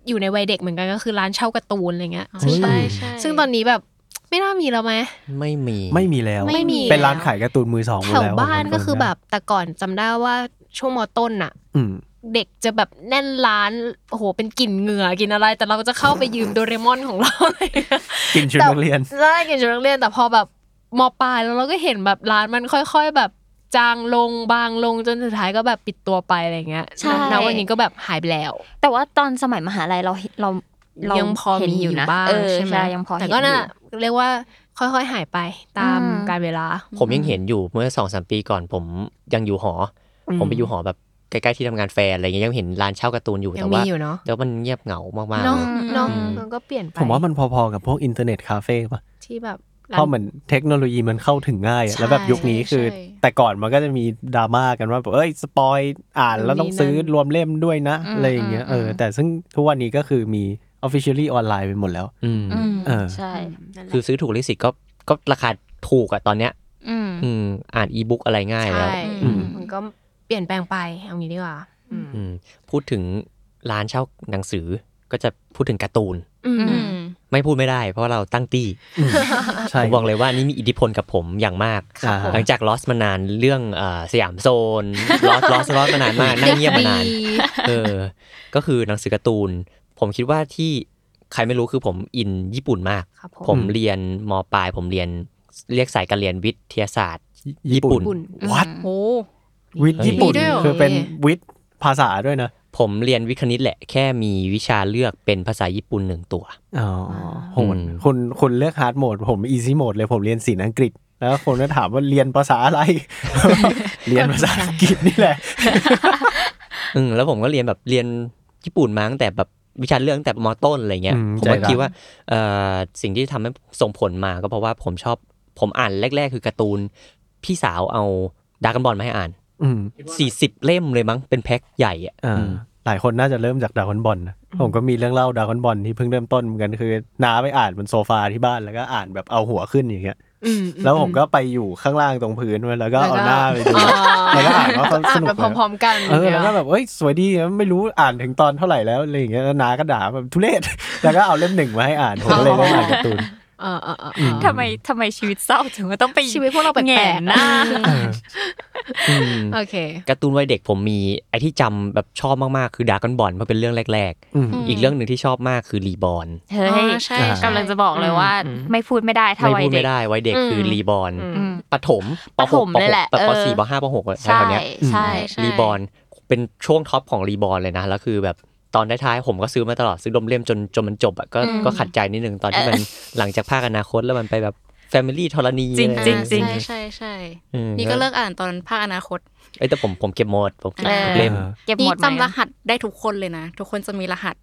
อยู่ในวัยเด็กเหมือนกันก็คือร้านเช่าการ์ตูนอะไรเงี้ยซึ่งตอ
ใช่
น
ใช่
ซึ่งตอนนี้แบบไม่น่ามีแล้วไหม
ไม่มี
ไม่มีแล้ว
ไม่มี
เป็นร้านขายการ์ตูนมือสองหมด
แถว
แล้ว
บ้าน
ผม
ก็คือ
จำได้
แบบแต่ก่อนจำได้ว่าช่วงมต้นอะ
อืม
เด็กจะแบบแน่นร้านโอ้โหเป็นกลิ่นเหงื่อกินอะไร แต่เราก็จะเข้าไปยืมโดเรมอนของเรา อะไรเงี้ย
กินชุด
แต่
นักเรียน
ใช่กินชุดนักเรียนแต่พอแบบมปลายแล้วเราก็เห็นแบบร้านมันค่อย ๆ แบบจางลงบางลงจนสุดท้ายก็แบบปิดตัวไปอะไรเงี้ย
ใช่
ณวันนี้ก็แบบหายไปแล้ว
แต่ว่าตอนสมัยมหาลัยเราเราเรา
ยังพอมีอยู่บ้าง
เออ
ใช่ไหม
ใช่ยังพอ
แต่
เห็น
ก็น่ะ
อยู่
เรียกว่าค่อยๆหายไปตาม
อืม
การเวลา
ผมยังเห็นอยู่เมื่อสองสามปีก่อนผมยังอยู่หออผมไปอยู่หอแบบใกล้ๆที่ทำงานแฟนอะไรเงี้ยยังเห็นร้านเช่าการ์ตูนอยู่
ยั
แต่
งมี
ว่า
อยู่เนาะ
แล้วมันเงียบเหงามากๆ
เนาะ
เลย
เนาะ
อืม
มันก็เปลี่ยนไป
ผมว่ามันพอๆกับพวกอินเทอร์เน็ตคาเฟ่ป่ะ
ที่แบบ
เพราะเหมือนเทคโนโลยีมันเข้าถึงง่ายอะแล้วแบบยุคนี้คือ
ใช่
แต่ก่อนมันก็จะมีดราม่ากันว่าแบบเอ้ยสปอยอ่านแล้วต้องซื้อรวมเล่มด้วยนะ
อืม
อะไรอย่างเงี้ย
อืม
เออแต่ซึ่งทุกวันนี้ก็คือมี officially ออนไลน์ไปหมดแล้ว
อืม
อืม
เออ
ใช่
คือซื้อถูกลิขสิทธิ์ก็ก็ราคาถูกอะตอนเนี้ย
อืม
อืมอ่านอีบุ๊กอะไรง่ายแล้ว
ใช่
อืม
มันก็เปลี่ยนแปลงไปเอางี้ดีกว่าอืม
อืมพูดถึงร้านเช่าหนังสือก็จะพูดถึงการ์ตูน
อืม
อืม
ไม่พูดไม่ได้ เพราะเราตั้งตี้
ใช่
ผมบอกเลยว่านี่มีอิทธิพลกับผมอย่างมาก
อ่า
หลังจากลอสมานานเรื่องเอ่อสยามโซนลอสลอสลอสมานานมากนั่งเงียบมานาน เออ ก็คือหนังสือการ์ตูน ผมคิดว่าที่ใครไม่รู้คือผมอินญี่ปุ่นมาก
ครับผม
ผมเรียนมปลาย ผมเรียนเรียกสายการเรียนวิทยาศาสตร์ ญี่ปุ่น
ญี่ปุ่น
วัด
โอ้
วิทย์ญี่ปุ่น
มีด้วยเหรอ
คือเป็นวิทย์ภาษาด้วยนะ
ผมเรียนวิทย์คณิตแหละแค่มีวิชาเลือกเป็นภาษาญี่ปุ่นหนึ่งตัว
อ๋อโหด
อืม
คุณคุณเลือกฮาร์ดโหมดผมอีซี่โหมดเลยผมเรียนศิลป์อังกฤษ แล้วคนก็ถามว่าเรียนภาษาอะไร เรียนภาษาอังกฤษนี่แหละ
อืมแล้วผมก็เรียนแบบเรียนญี่ปุ่นมาตั้งแต่แบบวิชาเรื่องตั้งแต่มต้นอะไรเงี้ย
อืม
ผม
ใจรั
ก็
ก
คิดว่าเอ่อสิ่งที่ทำให้ส่งผลมาก็เพราะว่าผมชอบผมอ่านแรก ๆ คือการ์ตูน พี่สาวเอาดาร์กบอลมาให้อ่าน
อืม
40 เล่มเลยมั้งเป็นแพ็คใหญ่อะ
อ่า
อืม
หลายคนน่าจะเริ่มจากดราก้อนบอลนะผมก็มีเรื่องเล่าดราก้อนบอลที่เพิ่งเริ่มต้นเหมือนกันคือน้าไปอ่านบนโซฟาที่บ้านแล้วก็อ่านแบบเอาหัวขึ้นอย่างเงี้ย
อืม
แล้วผมก็ไปอยู่ข้างล่างตรงพื้นไว้แล้วก็เอาหน้าไปดู
อ๋อ
แล้วก็อ่านว่าเขาสนุก
ไป
ไหม
พร้อมๆกัน
เออแล้วก็แบบเอ้ยสวยดีไม่รู้อ่านถึงตอนเท่าไหร่แล้วอะไรอย่างเงี้ยแล้วน้าก็ด่าแบบทุเรศ แล้วก็เอาเล่มหนึ่งมาให้อ่านผมก็เลยได้อ่านการ์ตูน
เออเออเออ
อืม
ทำไมทำไมชีวิตเศร้าถึงว่าต้องไป
ชีวิตพวกเราแปลกๆ
แหง่หน้า
เออ
อืม
โอเค
การ์ตูนวัยเด็กผมมีไอที่จำแบบชอบมากๆ คือดาร์กบอลเพราะเป็นเรื่องแรก
อืม
ๆ อีกเรื่องหนึ่งที่ชอบมากคือรีบอน
เฮ้
อ๋
ย
อใช่
อ่า
ใช่
กำลังจะบอกเลยว่า
อืม
ไม่พูดไม่ได้ถ้า
ไม่
วัย
พูด
เด็ก
ไม่ได้วัยเด็กคือรีบอน
อืม
อืม
ปฐมป
ป
ห
ฐ
ก
ม
ปห
เลย
ก
แหละ
แบบป
เออ
สี่ปห้าปหกแถ
ใช่
วๆเนี้ย
ใช่
ใช่
รีบอลเป็นช่วงท็อปของรีบอลเลยนะ แล้วคือแบบตอนท้ายๆผมก็ซื้อมาตลอดซื้อดมเล่มจนจนมันจบอะก็
อืม
ก็ขัดใจนิดนึงตอนที่มันหลังจากภาคอนาคตแล้วมันไปแบบแฟมิลี่ธรณี
จริง
อะไ
จริงจริง
ใช่ใช่ใช่
อืม
นี่ก็เลิกอ่านตอนภาคอนาคต
เอ้ยแต่ผมผมเก็บหมดผมเก็บทุก
เออ
เล่ม
เก็บห
นี่
มดไหม
จำรหัสได้ทุกคนเลยนะ ทุกคนจะมีรหัส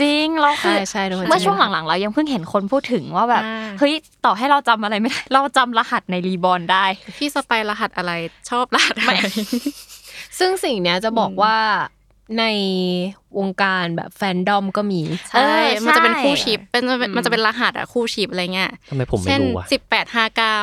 จริงเราคื
ใช่
อ
ใช่ทุกคน
เมื่อช่วงหลังๆ เรายังเพิ่งเห็นคนพูดถึงว่าแบบ
อ่า
เฮ้ยต่อให้เราจำอะไรไม่ได้ เราจำรหัสในรีบอร์นได้
พี่สไปร์รหัสอะไรชอบรหัสอะไร
ซึ่งสิ่งเนี้ยจะบอกว่าในวงการแบบแฟนดอมก็มี
เอ
ใช่
อ
มันจะเป็น
ใช่
คู่ชิปเป็นมันจะเป็นมันจะเป็นรหัสอะคู่ชิปอะไรเงี้ย
ทำไมผมไม่
เช่น
รู้วะ
สิบแปดห้าเก้า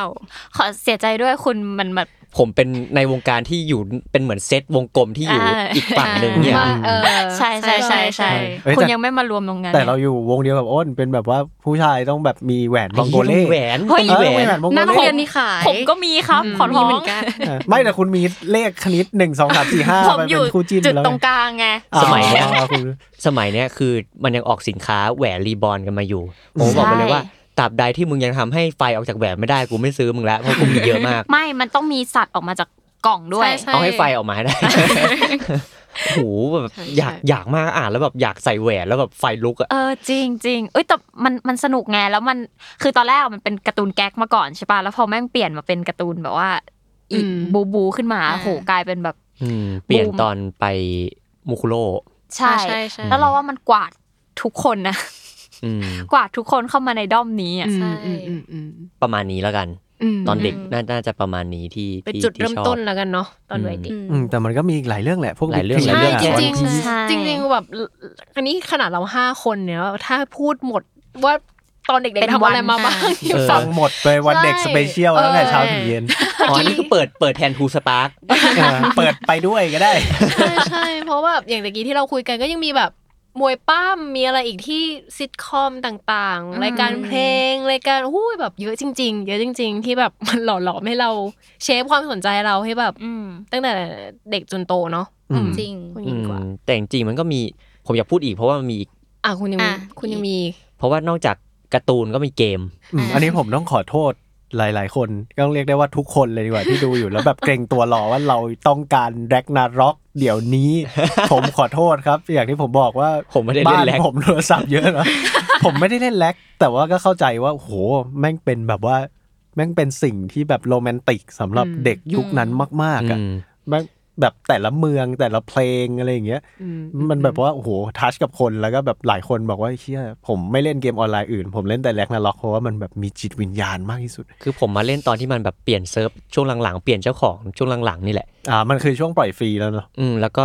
ขอเสียใจด้วยคุณมันแบบ
ผมเป็นในวงการที่อยู่เป็นเหมือนเซตวงกลมที่อยู่
อ่า
อีกฝั่งหนึ่งเนี่ย
ว่าเออ
ใช่ใช่ใช่ใช่
เอ้ยแต่
คุณยังไม่มารวมตรงนั้น
แต่เราอยู่วงเดียวกับอ้นเป็นแบบว่าผู้ชายต้องแบบมีแหวนมองโกเล่
แหวน
เออ
มีแหว
มีแหวน นมองโก
หน้าโรง
เล่
เรียนนี่ขาย
ผมก็มีครับ
อืม
ขอ
มี
ร้อ
เหมื
ง
อนกัน
เออไม่แต่คุณมีเลขคณิตหนึ่งสองสามสี่ห้า
ผม
มัน
อ
เป็
ยู่
นคู่จิ้น
จุด
แล้ว
ตรงกลางไง
อ๋อ
สมัยเนี้ย
คุณ
สมัยเนี้ยคือมันยังออกสินค้าแหวนรีบอร์นกันมาอยู่ผมบอกไปเลยว่าตราบใดที่มึงยังทำให้ไฟออกจากแหวนไม่ได้กูไม่ซื้อมึงแล้วเพราะกูมีเยอะมาก
ไม่มันต้องมีสัตว์ออกมาจากกล่องด้วย
ใช่
เอาให้ไฟออกมาให้ได้ โอ้โหแบบ
ใช่
อยาก
ใช่
อยากมากอ่านแล้วแบบอยากใส่แหวนแล้วแบบไฟลุกอะ
เออจริงจริงเอ้ยแต่มันมันสนุกไงแล้วมันคือตอนแรกมันเป็นการ์ตูนแก๊กมาก่อนใช่ป่ะแล้วพอแม่งเปลี่ยนมาเป็นการ์ตูนแบบว่า อีก
อืม
บูบูขึ้นมา
อ่า
โหกลายเป็นแบบ
อืมเปลี่ยน
บูม
ตอนไปมูคุโร่
ใช่
ใช่ใช่
แล้วเราว่ามันกวาดทุกคนนะ
อืม
กวาดทุกคนเข้ามาในด้อมนี้อ่ะ
อื
ใช่
มอืมอืมอืม
ประมาณนี้แล้วกัน
อืม
ตอนเด็ก
อืม
น่าน่าจะประมาณนี้ที่
เป็น
ที่
จุด
ที่
เริ่ม
ชอบ
ต้นแล้วกันเนาะตอนวัยเด็ก
อืม
อืมแต่มันก็มีอีกหลายเรื่องแหละ พวก
หลายเรื่อง
Big
ใช่
Picture
จ
อะ
ริง
ใช่
ใช่
ๆจริงจริงๆแบบอันนี้ขนาดเราห้าคนเนี่ยถ้าพูดหมดว่าตอนเด็ก
เป็น
ๆทำอะไร
วัน
มาบ้าง
เออ
ฟั
ฟั
ง
งหมดไปวันเด็ก
ใช่
สเปเชียลแล้วไง
เออ
เช้าถึงเย็น
อ๋อนี่คือเปิดเปิดแทนทูสปาร์ก
เออเปิดไปด้วยก็ได้
ใช่ใช่เพราะว่าแบบอย่างตะกี้ที่เราคุยกันก็ยังมีแบบมวยป้ามมีอะไรอีกที่ซิทคอมต่าง
อืม
ๆ รายการเพลงรายการหู้ยแบบเยอะจริง ๆ เยอะจริง ๆ ที่แบบ มันหล่อหลอมให้เราเชฟความสนใจเราให้แบบ
อืม
ตั้งแต่เด็กจนโตเนาะ
อืม
อืม
จริง
คุณยิงดีกว่า
อืมแต่จริงๆมันก็มีผมอยากพูดอีกเพราะว่ามันมีอีก
อ่ะคุณยังมี
อ่ะ
คุณยังมี
เพราะว่านอกจากการ์ตูนก็มีเกม
อืมอันนี้ผมต้องขอโทษหลาย ๆ คนก็ต้องเรียกได้ว่าทุกคนเลยดีกว่าที่ดูอยู่แล้วแบบเกรงตัวรอว่าเราต้องการแร็กนาร็อกเดี๋ยวนี้ ผมขอโทษครับ อย่างที่ผมบอกว่า
ผมไม่ได้เล่
บ้าน น
แร็ก
ผมโทรศัพท์เยอะนะ ผมไม่ได้เล่นแร็กแต่ว่าก็เข้าใจว่าโหแม่งเป็นแบบว่า แม่งเป็นสิ่งที่แบบโรแมนติกสำหรับเด็กยุคนั้นมากๆอะ
อืม
แม่งแบบแต่ละเมืองแต่ละเพลงอะไรอย่างเงี้ย
อื
มันแบบว่าโอ้โหทัชกับคนแล้วก็แบบหลายคนบอกว่าเชี่ยผมไม่เล่นเกมออนไลน์อื่น ผมเล่นแต่แร็กนาล็อกเพราะว่ามันแบบมีจิตวิญญาณมากที่สุด
คือผมมาเล่นตอนที่มันแบบเปลี่ยนเซิร์ฟช่วงหลังๆ เปลี่ยนเจ้าของช่วงหลังๆนี่แหละ
อ่า มันคือช่วงปล่อยฟรีแล้วเนาะ
อืมแล้วก็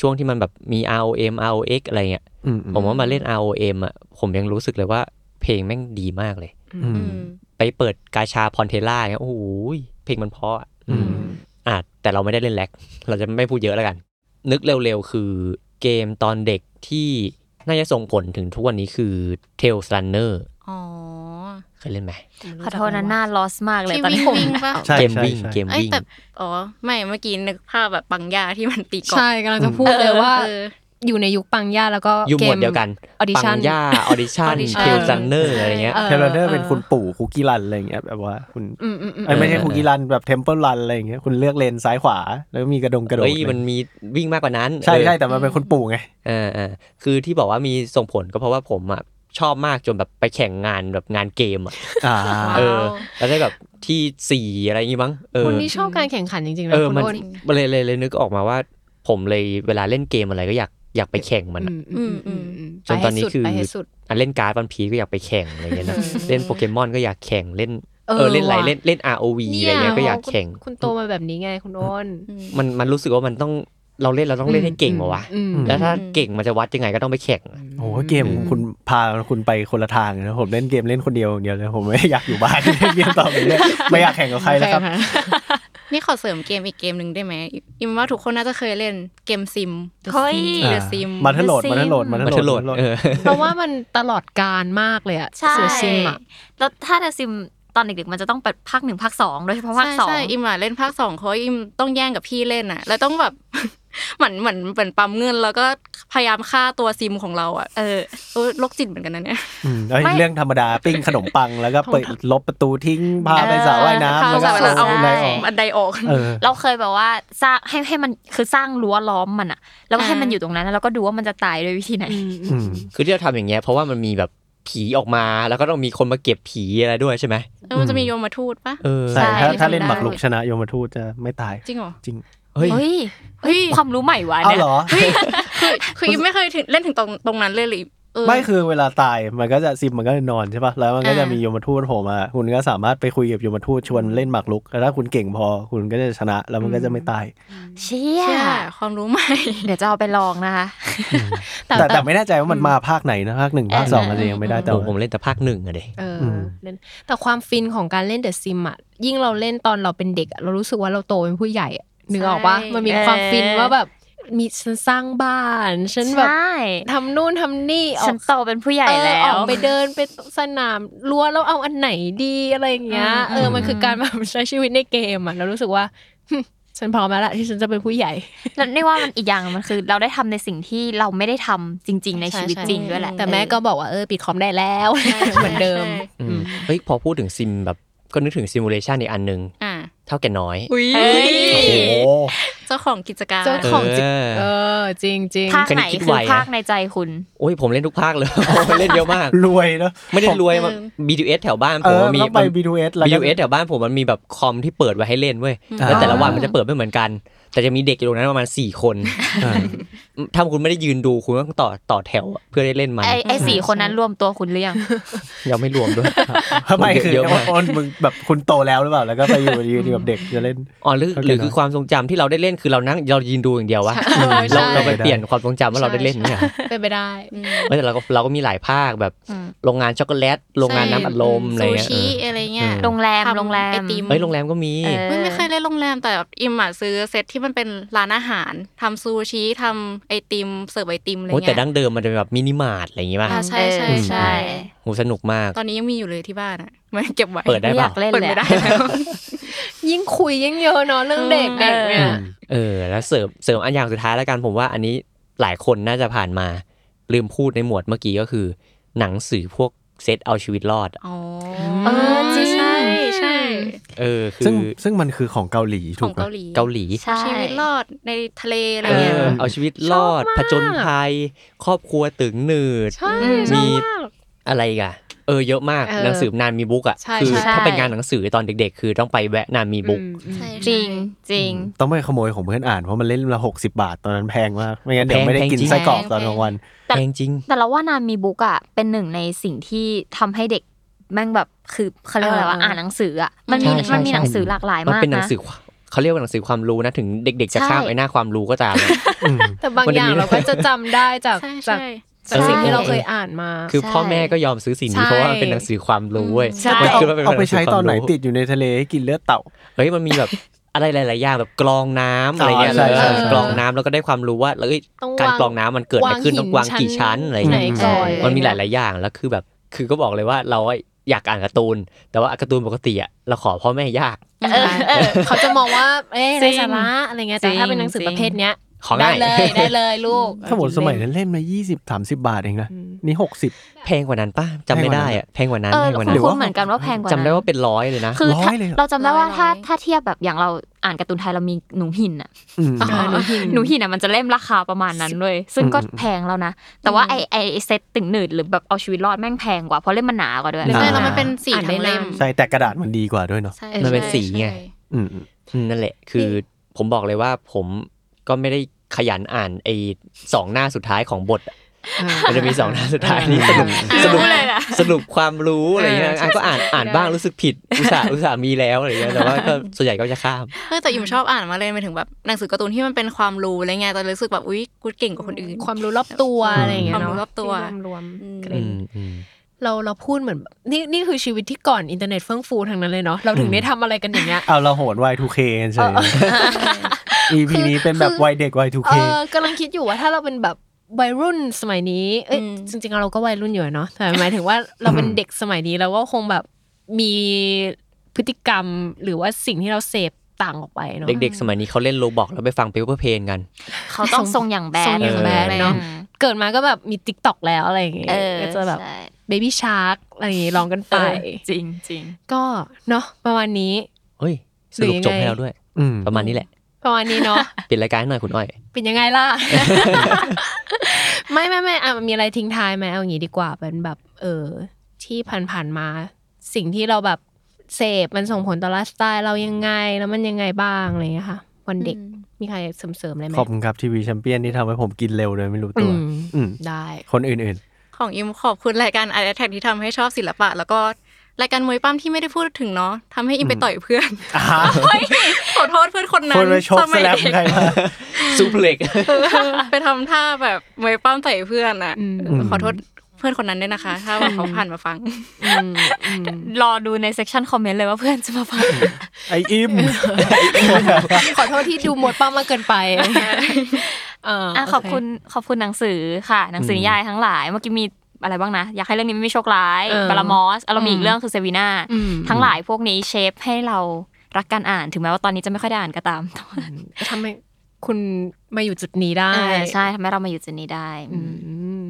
ช่วงที่มันแบบมี ROM ROX อะไรเงี้ย
อื
ผมว่ามาเล่น ROM อ่ะผมยังรู้สึกเลยว่าเพลงแม่งดีมากเลย
อื
อื
ม
ม
ไปเปิดกาชาพรเทล่าเงี้ยโอ้โหเพลงมันเพราะอะ
อืม
อ่ะแต่เราไม่ได้เล่นแล็กเราจะไม่พูดเยอะแล้วกัน นึกเร็วๆ คือเกมตอนเด็กที่น่าจะส่งผลถึงทุกวันนี้คือ Tales Runner
อ๋อ
เคยเล่นไหม
ขอโทษนะหน้าลอสมากเลย
ที่
ตอน
วิ่ง
นี้
วิ่งป่ะ
ใช่
เกม
ใช่
วิ่ง
ใช่
เกม
เอ้ย
วิ่ง
แต่อ๋อ ไม่เมื่อกี้นึกภาพแบบปังยาที่มันตีกอล์ฟ
ใช่กำลังจะพูดเลยว่า
ออ
อยู่ในยุคปังย่าแล้วก็
อยู่หมวดเดียวกัน
ออดิ
ปั
ชั่น
งย่าออดิชั่น
Audition
เทลซันเนอร์อะไรเงี้ย
เออ
เทเลเดอร์เป็นคุณปู่คุกกี้รันอะไรอย่างเงี้ยแบบว่าคุณ
อืมอืมอืม
เอ้ยไม่ใช่
เออ
คุกกี้รันแบบเทมเพิลรันอะไรอย่างเงี้ยคุณเลือกเลนซ้ายขวา แล้วมีกระดงกระโดด
เฮ้ยมันมีวิ่งมากกว่านั้น
ใช่
เออ
ใช่แต่มันเป็นคุณปู่ไง
เออเออคือที่บอกว่ามีส่งผลก็เพราะว่าผมอ่ะชอบมากจนแบบไปแข่งงานแบบงานเกมอ่ะ
อ่า
ว้าว
เออ แล้วได้แบบที่สี่อะไรอย่างงี้มั้งเออ
คุณนี่ชอบการแข่งขันจริงๆนะ
เออ
คุณ
มัน
อ้น
มันเลยเลยเลยนึกออกมาว่า ผมเลยเวลาเล่นเกมอะไรก็อยากอยากไปแข่งมันอะ
อืมอืมอืมอืม
จนตอนนี้คือ
ไปให้สุด
อ่ะเล่นการ์ดวันพีก็อยากไปแข่งอะไรเงี้ยนะ
เออ
เล่นโปเกมอนก็อยากแข่งเล่น
ไป
เอ
ให้สุด
อเล่นอะไรเล่นเล่น ROV
นี่
อะไรเงี้ยก็อยากแข่ง
คุณคุณโตมาแบบนี้ไงคุณอ้น
อืม
มันมันรู้สึกว่ามันต้องเราเล่นเราต้องเล่นให้เก่งเหรอวะ
อืม
อืม
แล้วถ้า
อืม
เก่งมันจะวัดยังไงก็ต้องไปแข่งอะ
โอ้โหเกมคุณพาคุณไปคนละทางเลยนะผมเล่นเกมเล่นคนเดียวอย่างเดียวเลยผมไม่อยากอยู่บ้าน เล่นเกมต่อไปเลยไม่อยากแข่งกับใครแล้วครับ
โอเ
นี่ขอเสริมเกมอีกเกมหนึ่งได้ไหมอิมว่าทุกคนน่าจะเคยเล่นเกมซิม
เฮ้ย
เดอะซิม
มาเทโหลดมาเทโหลดมา
มัน
เท
จะโห
โห
ล
ล
ด
ด
เออ
เพราะว่ามันตลอดการมากเลยอะ
ใช่
เสือซิมอะ
แล้วถ้าเดซิมตอนเด็กๆมันจะต้องเป็นภาคหนึ่งภาคสองโดยเฉพาะภาคสอง
ใช่ใช่อิมอะเล่นภาคสองเขาะอิมต้องแย่งกับพี่เล่นอ่ะ แล้วต้องแบบ เหมือนเหมือนเหมือนปั๊มเงิน แล้วก็พยายามฆ่าตัวซิมของเราอ่ะเออเออโรคจิตเหมือนกันนะเนี่ย
อืมเอ้ย
ไม่
เรื่องธรรมดาปิ้งขนมปังแล้วก็เปิดลบประตูทิ้งพาไป
เออ
สระว่ายน้ำ
พา
แล้วก็
ไปสระ
ส่ง
ว่าย
อะไรอ
น้ำ
อก
ใช่
อันใดออก
เออ
เราเคยแบบว่าสร้างให้ให้มันคือสร้างรั้วล้อมมันอะแล้วให้มันอยู่ตรงนั้นแล้วก็ดูว่ามันจะตายด้วยวิธีไหน
อืม
คือที่เราทำอย่างเงี้ยเพราะว่ามันมีแบบผีออกมาแล้วก็ต้องมีคนมาเก็บผีอะไรด้วยใช่ไหม
เออมันจะมีโยมมาทูตปะ
เออ
ใช่ถ้า
ใช่
ถ้าเล่น
จำได้
หมากรุกชนะโยมทูตจะไม่ตาย
จริงเหรอ
จริง
เฮ้ย
เฮ้ยเฮ้ยความรู้ใหม่วะ
เอา
เนี่ย
เหรอ
คือคืออิมไม่เคยถึงเล่นถึงตรงตรงนั้นเลยหรือ เออ
ไม่คือเวลาตายมันก็จะซิมมันก็จะนอนใช่ปะแล้วมันก็จะ
อ่ามี
มียมทูตโผล่มาคุณก็สามารถไปคุยกับยมทูตชวนเล่นหมากรุกแล้วถ้าคุณเก่งพอคุณก็จะชนะ แล้วมันก็จะไม่ตาย
เชี่ย
เชื่อความรู้ใหม่
เดี๋ยวจะเอาไปลองนะคะ
แต่
แต่
แต่
แต่ไม่แน่ใจว่ามันมาภาคไหนนะภาคหนึ่งภาคสองอาจจะยังไม่ได้แต่
ผม
ว่า
ผมเล่นแต่ภาคหนึ่งอะเด็
เออ
ม
เล่นแต่ความฟินของการเล่นเดอะซิมอ่ะยิ่งเราเล่นตอนเราเป็นเด็กอะเรารู้สึกว่าเราโตเป็นผู้ใหญ่อะนึกออกปะ
ใช่
มันมีความฟินว่าแบบมีฉันสร้างบ้านฉันแบบ
ใช่
ทำนู่นทำนี่ออก
ฉันโตเป็นผู้ใหญ่
เออ
แล้
อ
ว
อกไปเดินไปสนามรั้วแล้วเอาอันไหนดีอะไรอย่างเงี้ย
อืม
เออมันคือการแบบใช้ชีวิตในเกมอ่ะเรารู้สึกว่า ฉันพร้อมแล้วล่ะที่ฉันจะเป็นผู้ใหญ่
แล้วนี่ว่ามันอีกอย่างมันคือ เราได้ทำในสิ่งที่เราไม่ได้ทำจริง ๆ ในชีวิต
ใช่
จริงด้วยแหละ
แต่แม่ก็บอกว่าเออปิดคอมได้แล้ว เหมือนเดิม
เฮ้ยพอพูดถึงซิมแบบก็นึกถึงซิมูเลชันอีกอันหนึ่ง
อ่า
เท่าแก่น้อย
อุ้ย
เฮ้ย
โอ้โห
เจ้าของกิจการ
เจ้า ของจริง
เอ
เอ
อ
อจริงจริง
ภาคไหน
คิด
คื
ไว
อ
นะ
ภาคในใจคุณ
โอ้ยผมเล่นทุกภาคเลย ผมเล่นเยอะ มาก
รวยเนอะ
ไม่ได้รวยมา
เออ
BTS แถวบ้าน
เอ
ผม
อ
มี
ต้องไป B2S แล้วก็
BTS แถวบ้านผมมันมีแบบคอมที่เปิดไว้ให้เล่นเว้ย
อ่า
แล้วแต่ละวันมันจะเปิดไม่เหมือนกัน แต่จะมีเด็กอยู่ตรงนั้นประมาณ4คน
อ่า
ถ้าคุณไม่ได้ยืนดูคุณก็ต้องต่อต่อแถวอะเพื่อได้เล่นมัน
ไอไอสี่คนนั้นรวมตัวคุณหรือยัง
ยังไม่รวมด้วย
ทำไมคือ
เยอะ
เอ
มาก
อนมึงแบบคุณโตแล้วหรือเปล่าแล้วก็ไป อยู่ยืนอยู่กับเด็กจะเล่น
อ๋อหรือ
เข้าใจ
หรือคือความทรงจำที่เราได้เล่นคือเรานั่งเรายืนดูอย่างเดียววะ
เออ
เรา
ใช่
เราไป
ใช่
เปลี่ยนความทรงจำว่าเราได้เล่นเนี่ย
เป็นไปได้
อืม
เออแต่เราก็เราก็มีหลายภาคแบบ
อืม
โรงงานช็อกโกแลตโรงงานน้ำอัดลมอะไร
ซู
เงี้ย
ชิอะไรเงี้ย
โรงแรม
ทำ
โรงแร
ไอ
ม
ติม
เอ้ยโรงแรมก็มี
เออ
เฮ้ยไม่เคยเล่นโรงแรมแต่แบบอิมอ่ะซื้อเซตที่มันเป็นร้านอาหารทำซูชิทำไอติมเสิร์ฟไอติมอะไร
โอ้ยแต่
เงี้ย
ดั้งเดิมมันจะเป็นแบบมินิมาร์ทอะไรอย่างงี้ป่ะ
อ่าใช่ใช่ใช่
โหสนุกมาก
ตอนนี้ยังมีอยู่เลยที่บ้านอ่ะมันเก็บไว้
เปิดได้
ไม่อ
ป่ะ
ยากเล่น
เปิด
เลย
ไม่ได้
อะ
แล้ว
ยิ่งคุยยิ่งเยอะเนาะเรื่องเด็ก
อืม
เด็กเนี่ย
เออ แล้วเสริมเสริมอันอย่างสุดท้ายแล้วกันผมว่าอันนี้หลายคนน่าจะผ่านมา ลืมพูดในหมวดเมื่อกี้ก็คือ หนังสือพวกเซตเอาชีวิตรอด
อ๋อ
เออจริง
ใช่ใช่
เออคื
ซึ่ง
อ
ซึ่งมันคือของเกาหลี
ข
ถู
อง
กปะ
เกาหลี
เกาหลี
ใช่
ชีวิตรอดในทะเลอะไร
เอ
เงี้ย
อเอาชีวิตรอดผจญภัย ครอบครัวตึงหนืด
ใช่
มีอะไรอีกันเออเยอะมาก
เออ
หนังสือนานมีบุ๊กอ่ะ
ใช่
คือ
ใช่
ถ้าเป็นงานหนังสือตอนเด็กๆ คือต้องไปแวะนานมีบุ๊ก
อืม
จริงจริง
ต้องไปขโมยของเพื่อนอ่านเพราะมันเล่นละหกสิบาทตอนนั้นแพงมากไม่งั้นเดี๋ย
แพ
ว
ง
ไม่ได้กิน
แพงจริง
ไส้กรอก
แพง
ตอนกลางวัน
แต่
แพงจริง
แต่เราว่านานมีบุ๊กอ่ะเป็นหนึ่งในสิ่งที่ทำให้เด็กแม่งแบบคือเขาเรียกว่าอะไร
เอ
วะ
อเออ
อ่านหนังสืออ่ะมันมี
ใช่ใช่
มันมี
ใช่
หนังสือหลากหลาย
มัน
มาก
เป็นหนัง
นะ
สือเขาเรียกว่าหนังสือความรู้นะ ถึงเด็กๆ จะข้าม
ใช่
ไอ้หน้าความรู้ก็ตาม
แต่บาง
มัน
อ
จะ
ย่า
มี
งเราก็จะจำได้จาก
ใช่
จาก
ใช่
จากสิ่งที่เราเคยอ่านมา
คือพ่อแม่ก็ยอมซื้อสิ่งนี้
ใช่
เพราะว่ามันเป็นหนังสือความรู้เว้ย
ใช่
มัน
เอา
คือว่าเป็นห
เอา
นังสื
ไปใช้ตอนไหน
ความรู้
ติดอยู่ในทะเลให้กินเลือดเต่า
เฮ้ยมันมีแบบ อะไรหลายๆอย่างแบบกรองน้ำอะไรเงี้ย
อ๋อใช่ใช่
เออ
ใช่
กรองน้ำแล้วก็ได้ความรู้ว่าเอ้ย
ต้อง
การ
วาง
กรองน้ำมันเกิดอะไรขึ้นต้องวางกี่ชั้นอะไร
ไหน
เงี้ย
ก่อน
มันมีหลาย ๆ อย่าง แล้วคือแบบ คือก็บอกเลยว่าเราอะอยากอ่านการ์ตูน แต่ว่าการ์ตูนปกติอะเราขอพ่อแม่ยาก
เออเออเขาจะมองว่าเอ้ย
จ
ไร
ริง
สาระอะไรเงี้ยแต่ถ้าเป็นหนังสือประเภทเนี้ย
ขอ
ได้
ง่าย
เลย ได้เลยลูก
ถ้าหมดสมัยนั้นเล่นมายี่สิบสามสิบาทเองนะ นี่หกสิบ
แพงกว่านั้นป่ะจำไม่ได้อะแพงกว่านั้น
เออ
แพงกว่า
คุณ
นั้น
หรื
คุณเหมือนกันว่าแพงกว่า
จำ
นั้น
ได้ว่าเป็นร้อยเลยนะ
คือ
ร้
ถ้า
อยเลยเหรอ
เราจำได้ว่าถ้า
ร้อย
ถ้าเทียบแบบอย่างเราอ่านการ์ตูนไทยเรามีหนูหินอ่ะ
อืม
อ๋อหนูหินอ่ะมันจะเล่มราคาประมาณนั้นเลย ซึ่งก็
อืม
แพงแล้วนะ แต่ว่าไอไอไอ้เซตตึงหนืดหรือแบบเอาชีวิตรอดแม่งแพงกว่าเพราะเล่มมันหนากว่าด้วย
ห
ใช่
อ่า
แล้วมันเป็นสี
อ่านได้
ทั้งเล่ม
นาน
ใช่แต่กระดาษมันดีกว่าด้วยเนาะ
ใช่
มันเป็นสีไง
ใช่
อืมอืม
อืมนั่นแหละ คือผมบอกเลยว่าผมก็ไม่ได้ขยันอ่านไอ้สองหน้าสุดท้ายของบทอะมันจะมีสองหน้าสุดท้ายนี่สรุป
อ่า
สรุป
รู้เลยนะ
สรุปความรู้อะไรเงี้ย
เออใช่
อ่ะก็อ่านอ่านบ้างรู้สึกผิดอุตส่าห์อุตส่าห์มีแล้วอะไรเงี้ยแต่ว่าก็ส่วนใหญ่ก็จะข้าม
เออแต่อิมชอบอ่านมาเลยไปถึงแบบหนังสือการ์ตูนที่มันเป็นความรู้อะไรเงี้ยแต่รู้สึกแบบอุ๊ยกูเก่งกว่าคนอื่น
ความรู้รอบตัวอะไรอย่างเงี้
ค
ย
วามรู้ร
เนาะ
อบตัว
ที่รวม
อืม
ๆเกร
อื
ง
มอืม
เราเราพูดเหมือนแบบนี่นี่คือชีวิตที่ก่อนอินเทอร์เน็ตเฟื่องฟูทางนั้นเลยเนาะเราถึงได้ทำอะไรกันอย่างเงี้ย
เอาเราโหด Y2K กันเฉย EP นี้เป็นแบบวัยเด็ก
เอ
Y2K
อกำลังคิดอยู่ว่าถ้าเราเป็นแบบวัยรุ่นสมัยนี้เอ้ย
อืม
จริงๆเราก็วัยรุ่นอยู่เนาะแต่หมายถึงว่าเราเป็นเด็กสมัยนี้เราก็คงแบบมีพฤติกรรมหรือว่าสิ่งที่เราเสพต่างออกไปเนาะ
เด็กๆ สมัยนี้เขาเล่นโลบอกแล้วไปฟังเพเปอร์เพนกัน
เขาต้องทรงอย่างแบด
ทรงอย่างแบดเนอะ
อืม
เกิดมาก็แบบมีติ๊กต็อกแล้วอะไรอย่างเงี้ย
เออ
ก็จะแบบ
ใช่
เบบี้ชาร์กอะไรอย่างงี้ลองกันไป
เออจริงจริง
ก็เนาะประมาณนี้
เฮ้ย สรุปจบให้เราด้วย
อืม
ประมาณนี้แหละ
ประมาณนี้เนาะ
ปิดรายการให้หน่อยคุณอ้อย
เป็นยังไงล่ะ ไม่ไม่ไม่อ่ะมีอะไรทิ้งท้ายไหมเอาอย่างนี้ดีกว่าเป็นแบบ เออ ที่ผ่านๆมา สิ่งที่เราแบบเสพมันส่งผลต่อไลฟ์สไตล์เรายังไง แล้วมันยังไงบ้างอะไรอย่างเงี้ยค่ะ วันเด็กมีใครเสริมๆอะไรไหม
ขอบคุณครับทีวีแชมเปี้ยนที่ทำให้ผมกินเร็วเลยไม่รู้
อื
ตัว
ม
อืม
ได้
คนอื่น
ของอิมขอบคุณรายการอาร์ตแท็กที่ทำให้ชอบศิลปะ แล้วก็รายการมวยปั้มที่ไม่ได้พูดถึงเนาะทำให้อิมไปต่อยเพื่อน
อ่า
เฮ้ยขอโทษเพื่อนคนนั้
คน นไปชกซะแล้ว
เด็ก
ใครมา
ซูเพล็ก
เออไปทำท่าแบบมวยปั้มใส่เพื่อนอ่ะ
อืม
เออขอโทษเพื่อนคนนั้นด้วยนะคะ ถ้าว่าเขาผ่านมาฟัง
รอดูในเซ็กชันคอมเมนต์เลยว่าเพื่อนจะมาฟัง
ไออิม
ขอโทษที่ดูมวยป้ามากเกินไปเ
อ่ะขอบคุณขอบคุณหนังสือค่ะ หนังสือนิยายทั้งหลายเมื่อกี้มีอะไรบ้างนะ อยากให้เรื่องนี้ไม่มีโชคร้าย
เออ
บารามอสเรามีอีกเรื่องคือเซวีนา
อืม
ทั้งหลายพวกนี้เชฟให้เรารักการอ่านถึงแม้ว่าตอนนี้จะไม่ค่อยได้อ่านก็ตาม
ทำให้คุณมาอยู่จุดนี้ได้
เออใช่ทำให้เรามาอยู่จุดนี้ได้อื
อื
ม
ม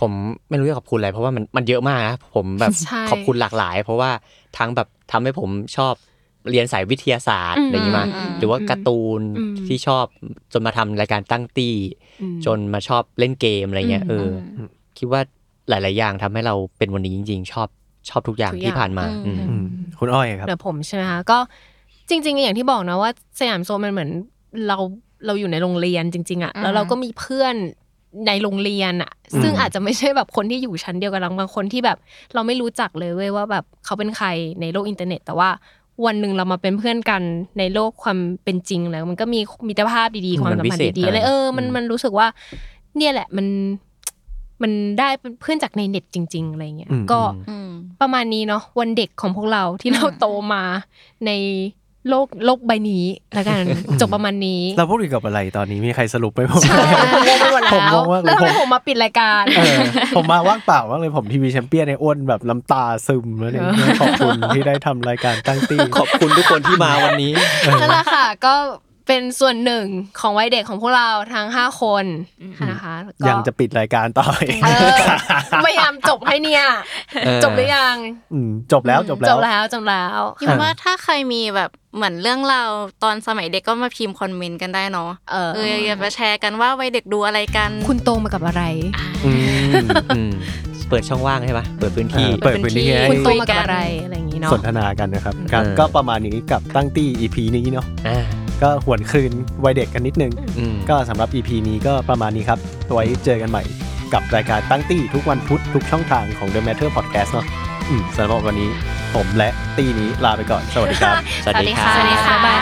ผมไม่รู้จะขอบคุณอะไรเพราะว่ามันมันเยอะมากนะผมแบบ
ใช่
ขอบคุณหลากหลาย เพราะว่าทั้งแบบทำให้ผมชอบเรียนสายวิทยาศาสตร์อะไรอย่างนี้มาหรือว่าการ์ตูนที่ชอบจนมาทำรายการตั้งตี้ จนมาชอบเล่นเกมอะไรเงี้ยเอออคิดว่าหลาย ๆ อย่างทำให้เราเป็นวันนี้จริง ๆ ชอบชอบทุกอย่าง
ทุกอย่าง
ที่ผ่านมา
อืม
อืม
อืมคุณอ้อยครับ
เดี๋ยวผมใช่ไหมคะก็จริง ๆ อย่างที่บอกนะว่าสยามโซนมันเหมือนเราเราอยู่ในโรงเรียนจริง ๆอะแล้วเราก็มีเพื่อนในโรงเรียนอะ
อืม
ซึ่งอาจจะไม่ใช่แบบคนที่อยู่ชั้นเดียวกับเราบางคนที่แบบ เราไม่รู้จักเลยเว้ยว่าแบบเขาเป็นใครในโลกอินเทอร์เน็ต แต่ว่าวันหนึ่งเรามาเป็นเพื่อนกันในโลกความเป็นจริงแล้ว มันก็มีมิตรภาพดีๆความสัมพันธ์ดี
มันพิเศ
ๆ
ษ
อะไรเออมัน
อืม
มันรู้สึกว่า เนี่ยแหละมันมันได้เพื่อนจากในเน็ตจริง ๆอะไรเงี้ย
อืม
ก็
อืม
ประมาณนี้เนาะวันเด็กของพวกเราที่เราโตมาในโลกโลกใบนี้แล้วกัน จบประมาณนี้
เราพูดเกี่ยวกับอะไรตอนนี้มีใครสรุปไหมผม
ใช่
ผมงงมาก
แล้
เล
วย
ผม
ทำไมผมมาปิดรายการ
เออผมมาว่างเปล่ามากเลยผมทีวีแชมเปี้ยนในยอ้วนแบบน้ำตาซึมแล้วเนี่ยขอบคุณที่ได้ทำรายการตั้งตี้
ขอบคุณทุกคนที่มาวันนี้
นั่นแหละค่ะ ก็เป็นส่วนหนึ่งของวัยเด็กของพวกเราทั้ง 5 คนนะคะแล้วก็
ยังจะปิดรายการต่ออีก
เออพยายามจบให้เนี่ย
เออ
จบหรือยัง
มจบแล้วจบ
จ
แล้ว
บแล้วจบแล้ว
คิดว่าถ้าใครมีแบบเหมือนเรื่องราวตอนสมัยเด็กก็มาพิมพ์คอมเมนต์กันได้เนาะ
เออ
เอออย่ามาแชร์กันว่าวัยเด็กดูอะไรกัน
คุณโตมากับอะไร
อืมอืมเปิดช่องว่างใช่ปะเปิดพื้นที่
เออเปิดพื้นที่ให้
คุณโตมากับอะไรอะไรอย่างนี้เนาะ
สนทนากันนะครับครับ
เออ
ก็ประมาณนี้กับตั้งตี้ EP นี้เนาะ
อ่า
ก็หวนคืนวัยเด็กกันนิดนึง
อืม
ก็สำหรับ EP นี้ก็ประมาณนี้ครับ ไว้เจอกันใหม่ กับรายการตั้งตี้ทุกวันพุธทุกช่องทางของ The Matter Podcast เนาะอืมสำหรับวันนี้ผมและตี้นี้ลาไปก่อน สวัสดีครับ
สวัสดีค่ะ
สวัสดีค่ะบ๊ายบาย